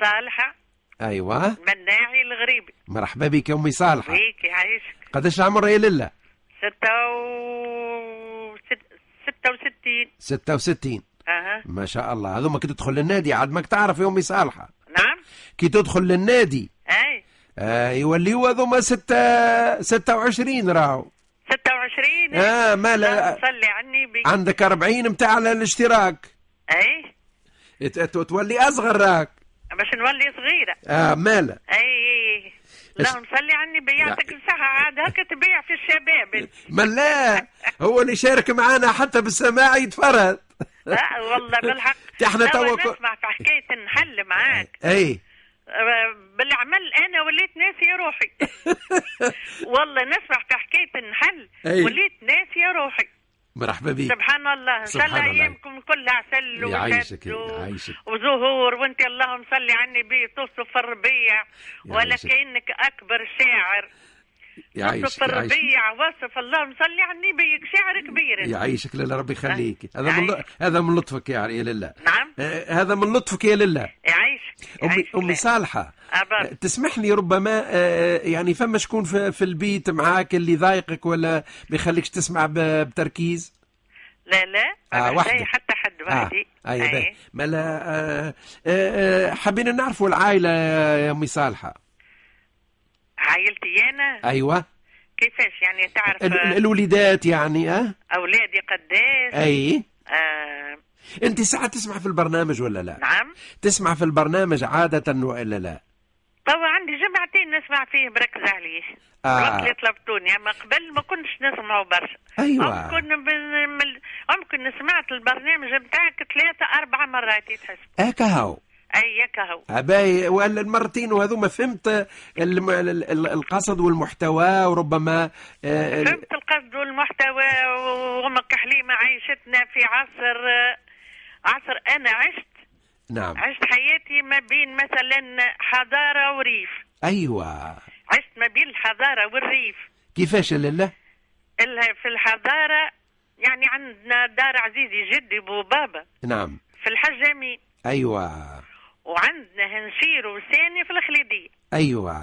Speaker 5: صالحه
Speaker 2: ايوه
Speaker 5: مناعي الغريبي
Speaker 2: مرحبا بك يا امي صالحه
Speaker 5: بيك يعيشك
Speaker 2: قداش العمر يا لله
Speaker 5: ستة و ست- ستة وستين
Speaker 2: 66
Speaker 5: اها
Speaker 2: ما شاء الله هذوما كي تدخل للنادي عاد ماك تعرف يا امي صالحه
Speaker 5: نعم
Speaker 2: كي تدخل للنادي
Speaker 5: اي
Speaker 2: آه يوليو هذوما ستة 26 راهو
Speaker 5: ستة وعشرين
Speaker 2: آه، ما لا- آه.
Speaker 5: صلي على النبي
Speaker 2: عندك 40 متاع على الاشتراك
Speaker 5: اي
Speaker 2: ت- ت- تولي اصغر راك
Speaker 5: باش نولي صغيرة
Speaker 2: اه مالا
Speaker 5: اي اي اي. اللهم صلي على النبي يعطيك الصحة عاد هكا تبيع في الشباب انت.
Speaker 2: ملا هو اللي شارك معانا حتى بالسماع يتفرد
Speaker 5: لا آه، والله بالحق
Speaker 2: احنا توا كو-
Speaker 5: نسمع في حكايه نحل معاك
Speaker 2: اي
Speaker 5: أه، بالعمل انا وليت ناسيه روحي والله نسمع في حكايه نحل
Speaker 2: أي.
Speaker 5: وليت ناسيه روحي
Speaker 2: مرحبا بك
Speaker 5: سبحان الله ان شاء الله
Speaker 2: سبحان الله.
Speaker 5: ايامكم كلها عسل وشد
Speaker 2: يعيشك،
Speaker 5: و-
Speaker 2: يعيشك.
Speaker 5: وزهور وانت اللهم صل على النبي تصف الربيع ولا
Speaker 2: يعيشك.
Speaker 5: كانك اكبر شاعر
Speaker 2: يعيشك
Speaker 5: تصف
Speaker 2: يعيشك
Speaker 5: الربيع وصف اللهم صل على النبي شاعر كبير
Speaker 4: إيه.
Speaker 5: انت.
Speaker 2: يعيشك لله ربي يخليك هذا من
Speaker 5: يعيشك.
Speaker 2: هذا من لطفك يا يا لله
Speaker 5: نعم
Speaker 2: آه، هذا من لطفك يا لله
Speaker 5: يعيشك
Speaker 2: امي
Speaker 5: يعيشك.
Speaker 2: امي صالحه
Speaker 4: نعم.
Speaker 5: أبر.
Speaker 2: آه، تسمح لي ربما آه، يعني فما شكون في في البيت معاك اللي ضايقك ولا ما يخليكش تسمع ب- بتركيز
Speaker 5: لا لا
Speaker 2: آه،
Speaker 5: آه
Speaker 2: وحدك.
Speaker 5: حتى حد
Speaker 2: اه
Speaker 5: وحدي إيه.
Speaker 2: اي
Speaker 5: أي.
Speaker 2: باهي. مالا آه، آه، آه، حبينا نعرفوا العائله يا امي صالحه
Speaker 5: عائلتي انا
Speaker 2: ايوه
Speaker 5: كيفاش يعني تعرف
Speaker 2: ال-
Speaker 4: آه.
Speaker 2: ال- الوليدات يعني اه
Speaker 5: اولادي قداش
Speaker 2: اي
Speaker 5: آه
Speaker 2: انت ساعات تسمع في البرنامج ولا لا
Speaker 5: نعم
Speaker 2: تسمع في البرنامج عاده والا لا
Speaker 5: توا عندي جمعتين نسمع فيه بركز عليه
Speaker 2: آه.
Speaker 5: الوقت اللي طلبتوني اما قبل ما كنتش نسمعه برشا
Speaker 2: أيوة.
Speaker 5: ممكن من من- ممكن سمعت البرنامج بتاعك ثلاثة أربع مرات يتحسب
Speaker 2: هكا هاو
Speaker 5: أي ياك هو
Speaker 2: عباي ولا المرتين وهذوما فهمت الم- ال- ال- القصد والمحتوى وربما آه، ال-
Speaker 5: فهمت القصد والمحتوى وأمك حليمة عيشتنا في عصر آه، عصر أنا عشت
Speaker 2: نعم
Speaker 5: عشت حياتي ما بين مثلا حضارة وريف
Speaker 2: ايوه
Speaker 5: عشت ما بين الحضارة والريف
Speaker 2: كيفاش يا لله
Speaker 5: ال- في الحضارة يعني عندنا دار عزيزي جدي بوبابا
Speaker 2: نعم
Speaker 5: في الحجامي
Speaker 2: ايوه
Speaker 5: وعندنا هنشير وساني في الخليدية
Speaker 2: ايوه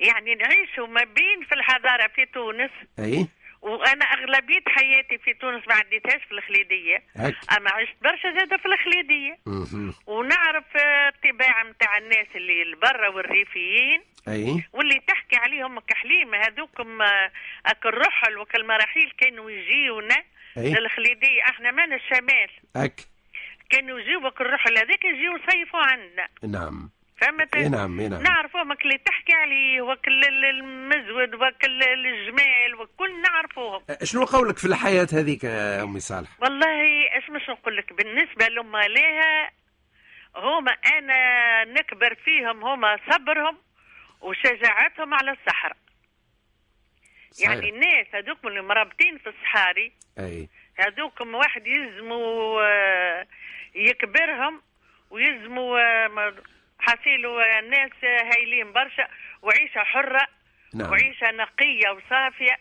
Speaker 4: يعني نعيشوا ما بين في الحضارة في تونس
Speaker 2: اي
Speaker 4: وأنا أغلبية حياتي في تونس ما عديتهاش في الخليدية
Speaker 2: هك
Speaker 4: أما عشت برشا زادة في الخليدية
Speaker 2: مهم.
Speaker 4: ونعرف آه، الطباع متاع الناس اللي البرة والريفيين
Speaker 2: اي
Speaker 4: واللي تحكي عليهم كحليمة هذوكم آه، أك الرحل وك المراحيل كانوا يجيونا
Speaker 2: أي.
Speaker 4: للخليدية احنا من الشمال
Speaker 2: هك
Speaker 4: كانوا يجيو بك الرحل هذاك يجيو يصيفوا عندنا
Speaker 2: نعم
Speaker 4: فهمت
Speaker 2: إي نعم، إي نعم.
Speaker 4: نعرفوا مك اللي تحكي عليه وكل ال- المزود وكل ال- الجمال وكل نعرفوهم
Speaker 2: أه، شنو قولك في الحياه هذيك يا امي صالح
Speaker 4: والله اش مش نقول لك بالنسبه لما لها هما انا نكبر فيهم هما صبرهم وشجاعتهم على الصحراء
Speaker 2: صحيح.
Speaker 4: يعني الناس هذوك اللي مرابطين في الصحاري
Speaker 2: اي
Speaker 4: هذوكم واحد يلزموا آه، يكبرهم ويلزموا آه، ما- حصيلوا آه، ناس آه، هايلين برشا وعيشة حرة
Speaker 2: نعم.
Speaker 4: وعيشة نقية وصافية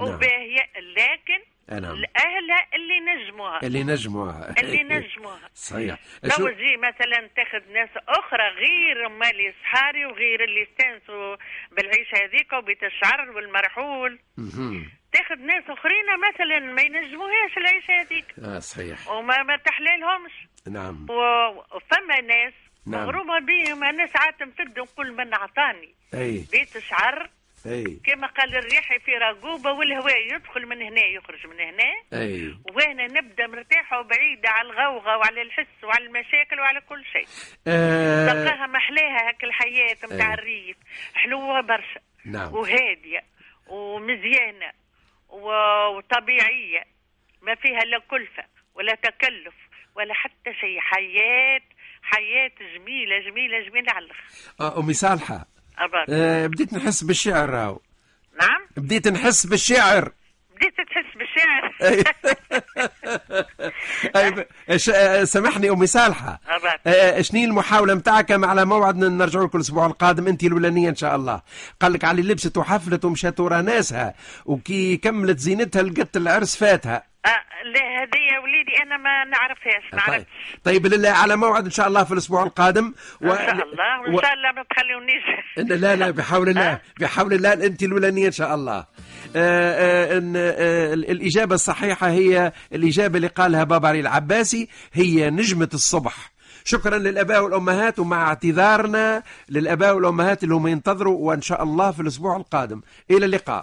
Speaker 2: نعم.
Speaker 4: وباهية لكن
Speaker 2: نعم.
Speaker 4: الأهلة اللي نجموها
Speaker 2: اللي نجموها
Speaker 4: اللي نجموها
Speaker 2: صحيح
Speaker 4: لو
Speaker 2: شنو-
Speaker 4: تجي مثلا تاخذ ناس اخرى غير مالي صحاري وغير اللي استانسوا بالعيشه هذيك وبيت الشعر والمرحول
Speaker 2: مهم.
Speaker 4: تاخذ ناس اخرين مثلا ما ينجموهاش العيشه هذيك
Speaker 2: اه صحيح
Speaker 4: وما ما تحلالهمش
Speaker 2: نعم
Speaker 4: و- وفما ناس
Speaker 2: نعم.
Speaker 4: مغرومه بهم انا ساعات نفد نقول من عطاني
Speaker 2: اي
Speaker 4: بيت شعر
Speaker 2: اي
Speaker 4: كما قال الريحي في رقوبه والهواء يدخل من هنا يخرج من هنا
Speaker 2: اي
Speaker 4: وانا نبدا مرتاحه وبعيده على الغوغه وعلى الحس وعلى المشاكل وعلى كل شيء
Speaker 2: آه،
Speaker 4: تلقاها محلاها هك الحياه
Speaker 2: إيه.
Speaker 4: نتاع الريف حلوه برشا
Speaker 2: نعم.
Speaker 4: وهاديه ومزيانه و... وطبيعيه ما فيها لا كلفه ولا تكلف ولا حتى شيء حياه حياه جميله جميله جميله على الاخر
Speaker 2: آه، امي صالحه
Speaker 4: أبارك.
Speaker 2: آه، بديت نحس بالشعر راهو
Speaker 4: نعم
Speaker 2: بديت نحس بالشعر
Speaker 4: بديت تحس بالشعر
Speaker 2: أي. أي، إيش- آه، سامحني امي صالحه
Speaker 4: أبارك.
Speaker 2: آه، شني المحاوله نتاعك مع على موعد نرجعوا لكم الاسبوع القادم انت الاولانيه ان شاء الله قال لك علي لبست وحفلت ومشات ورا ناسها وكي كملت زينتها لقت العرس فاتها
Speaker 4: آه لا هذه يا وليدي انا ما نعرفهاش ما
Speaker 2: طيب
Speaker 4: عرفتش
Speaker 2: طيب لله على موعد ان شاء الله في الاسبوع القادم و...
Speaker 4: ان شاء الله
Speaker 2: و...
Speaker 4: وان شاء الله ما تخلونيش
Speaker 2: لا لا بحول الله بحول الله انت الاولانيه ان شاء الله آه، آه، إن، آه، ال- الاجابه الصحيحه هي الاجابه اللي قالها بابا علي العباسي هي نجمه الصبح شكرا للاباء والامهات ومع اعتذارنا للاباء والامهات اللي هم ينتظروا وان شاء الله في الاسبوع القادم الى اللقاء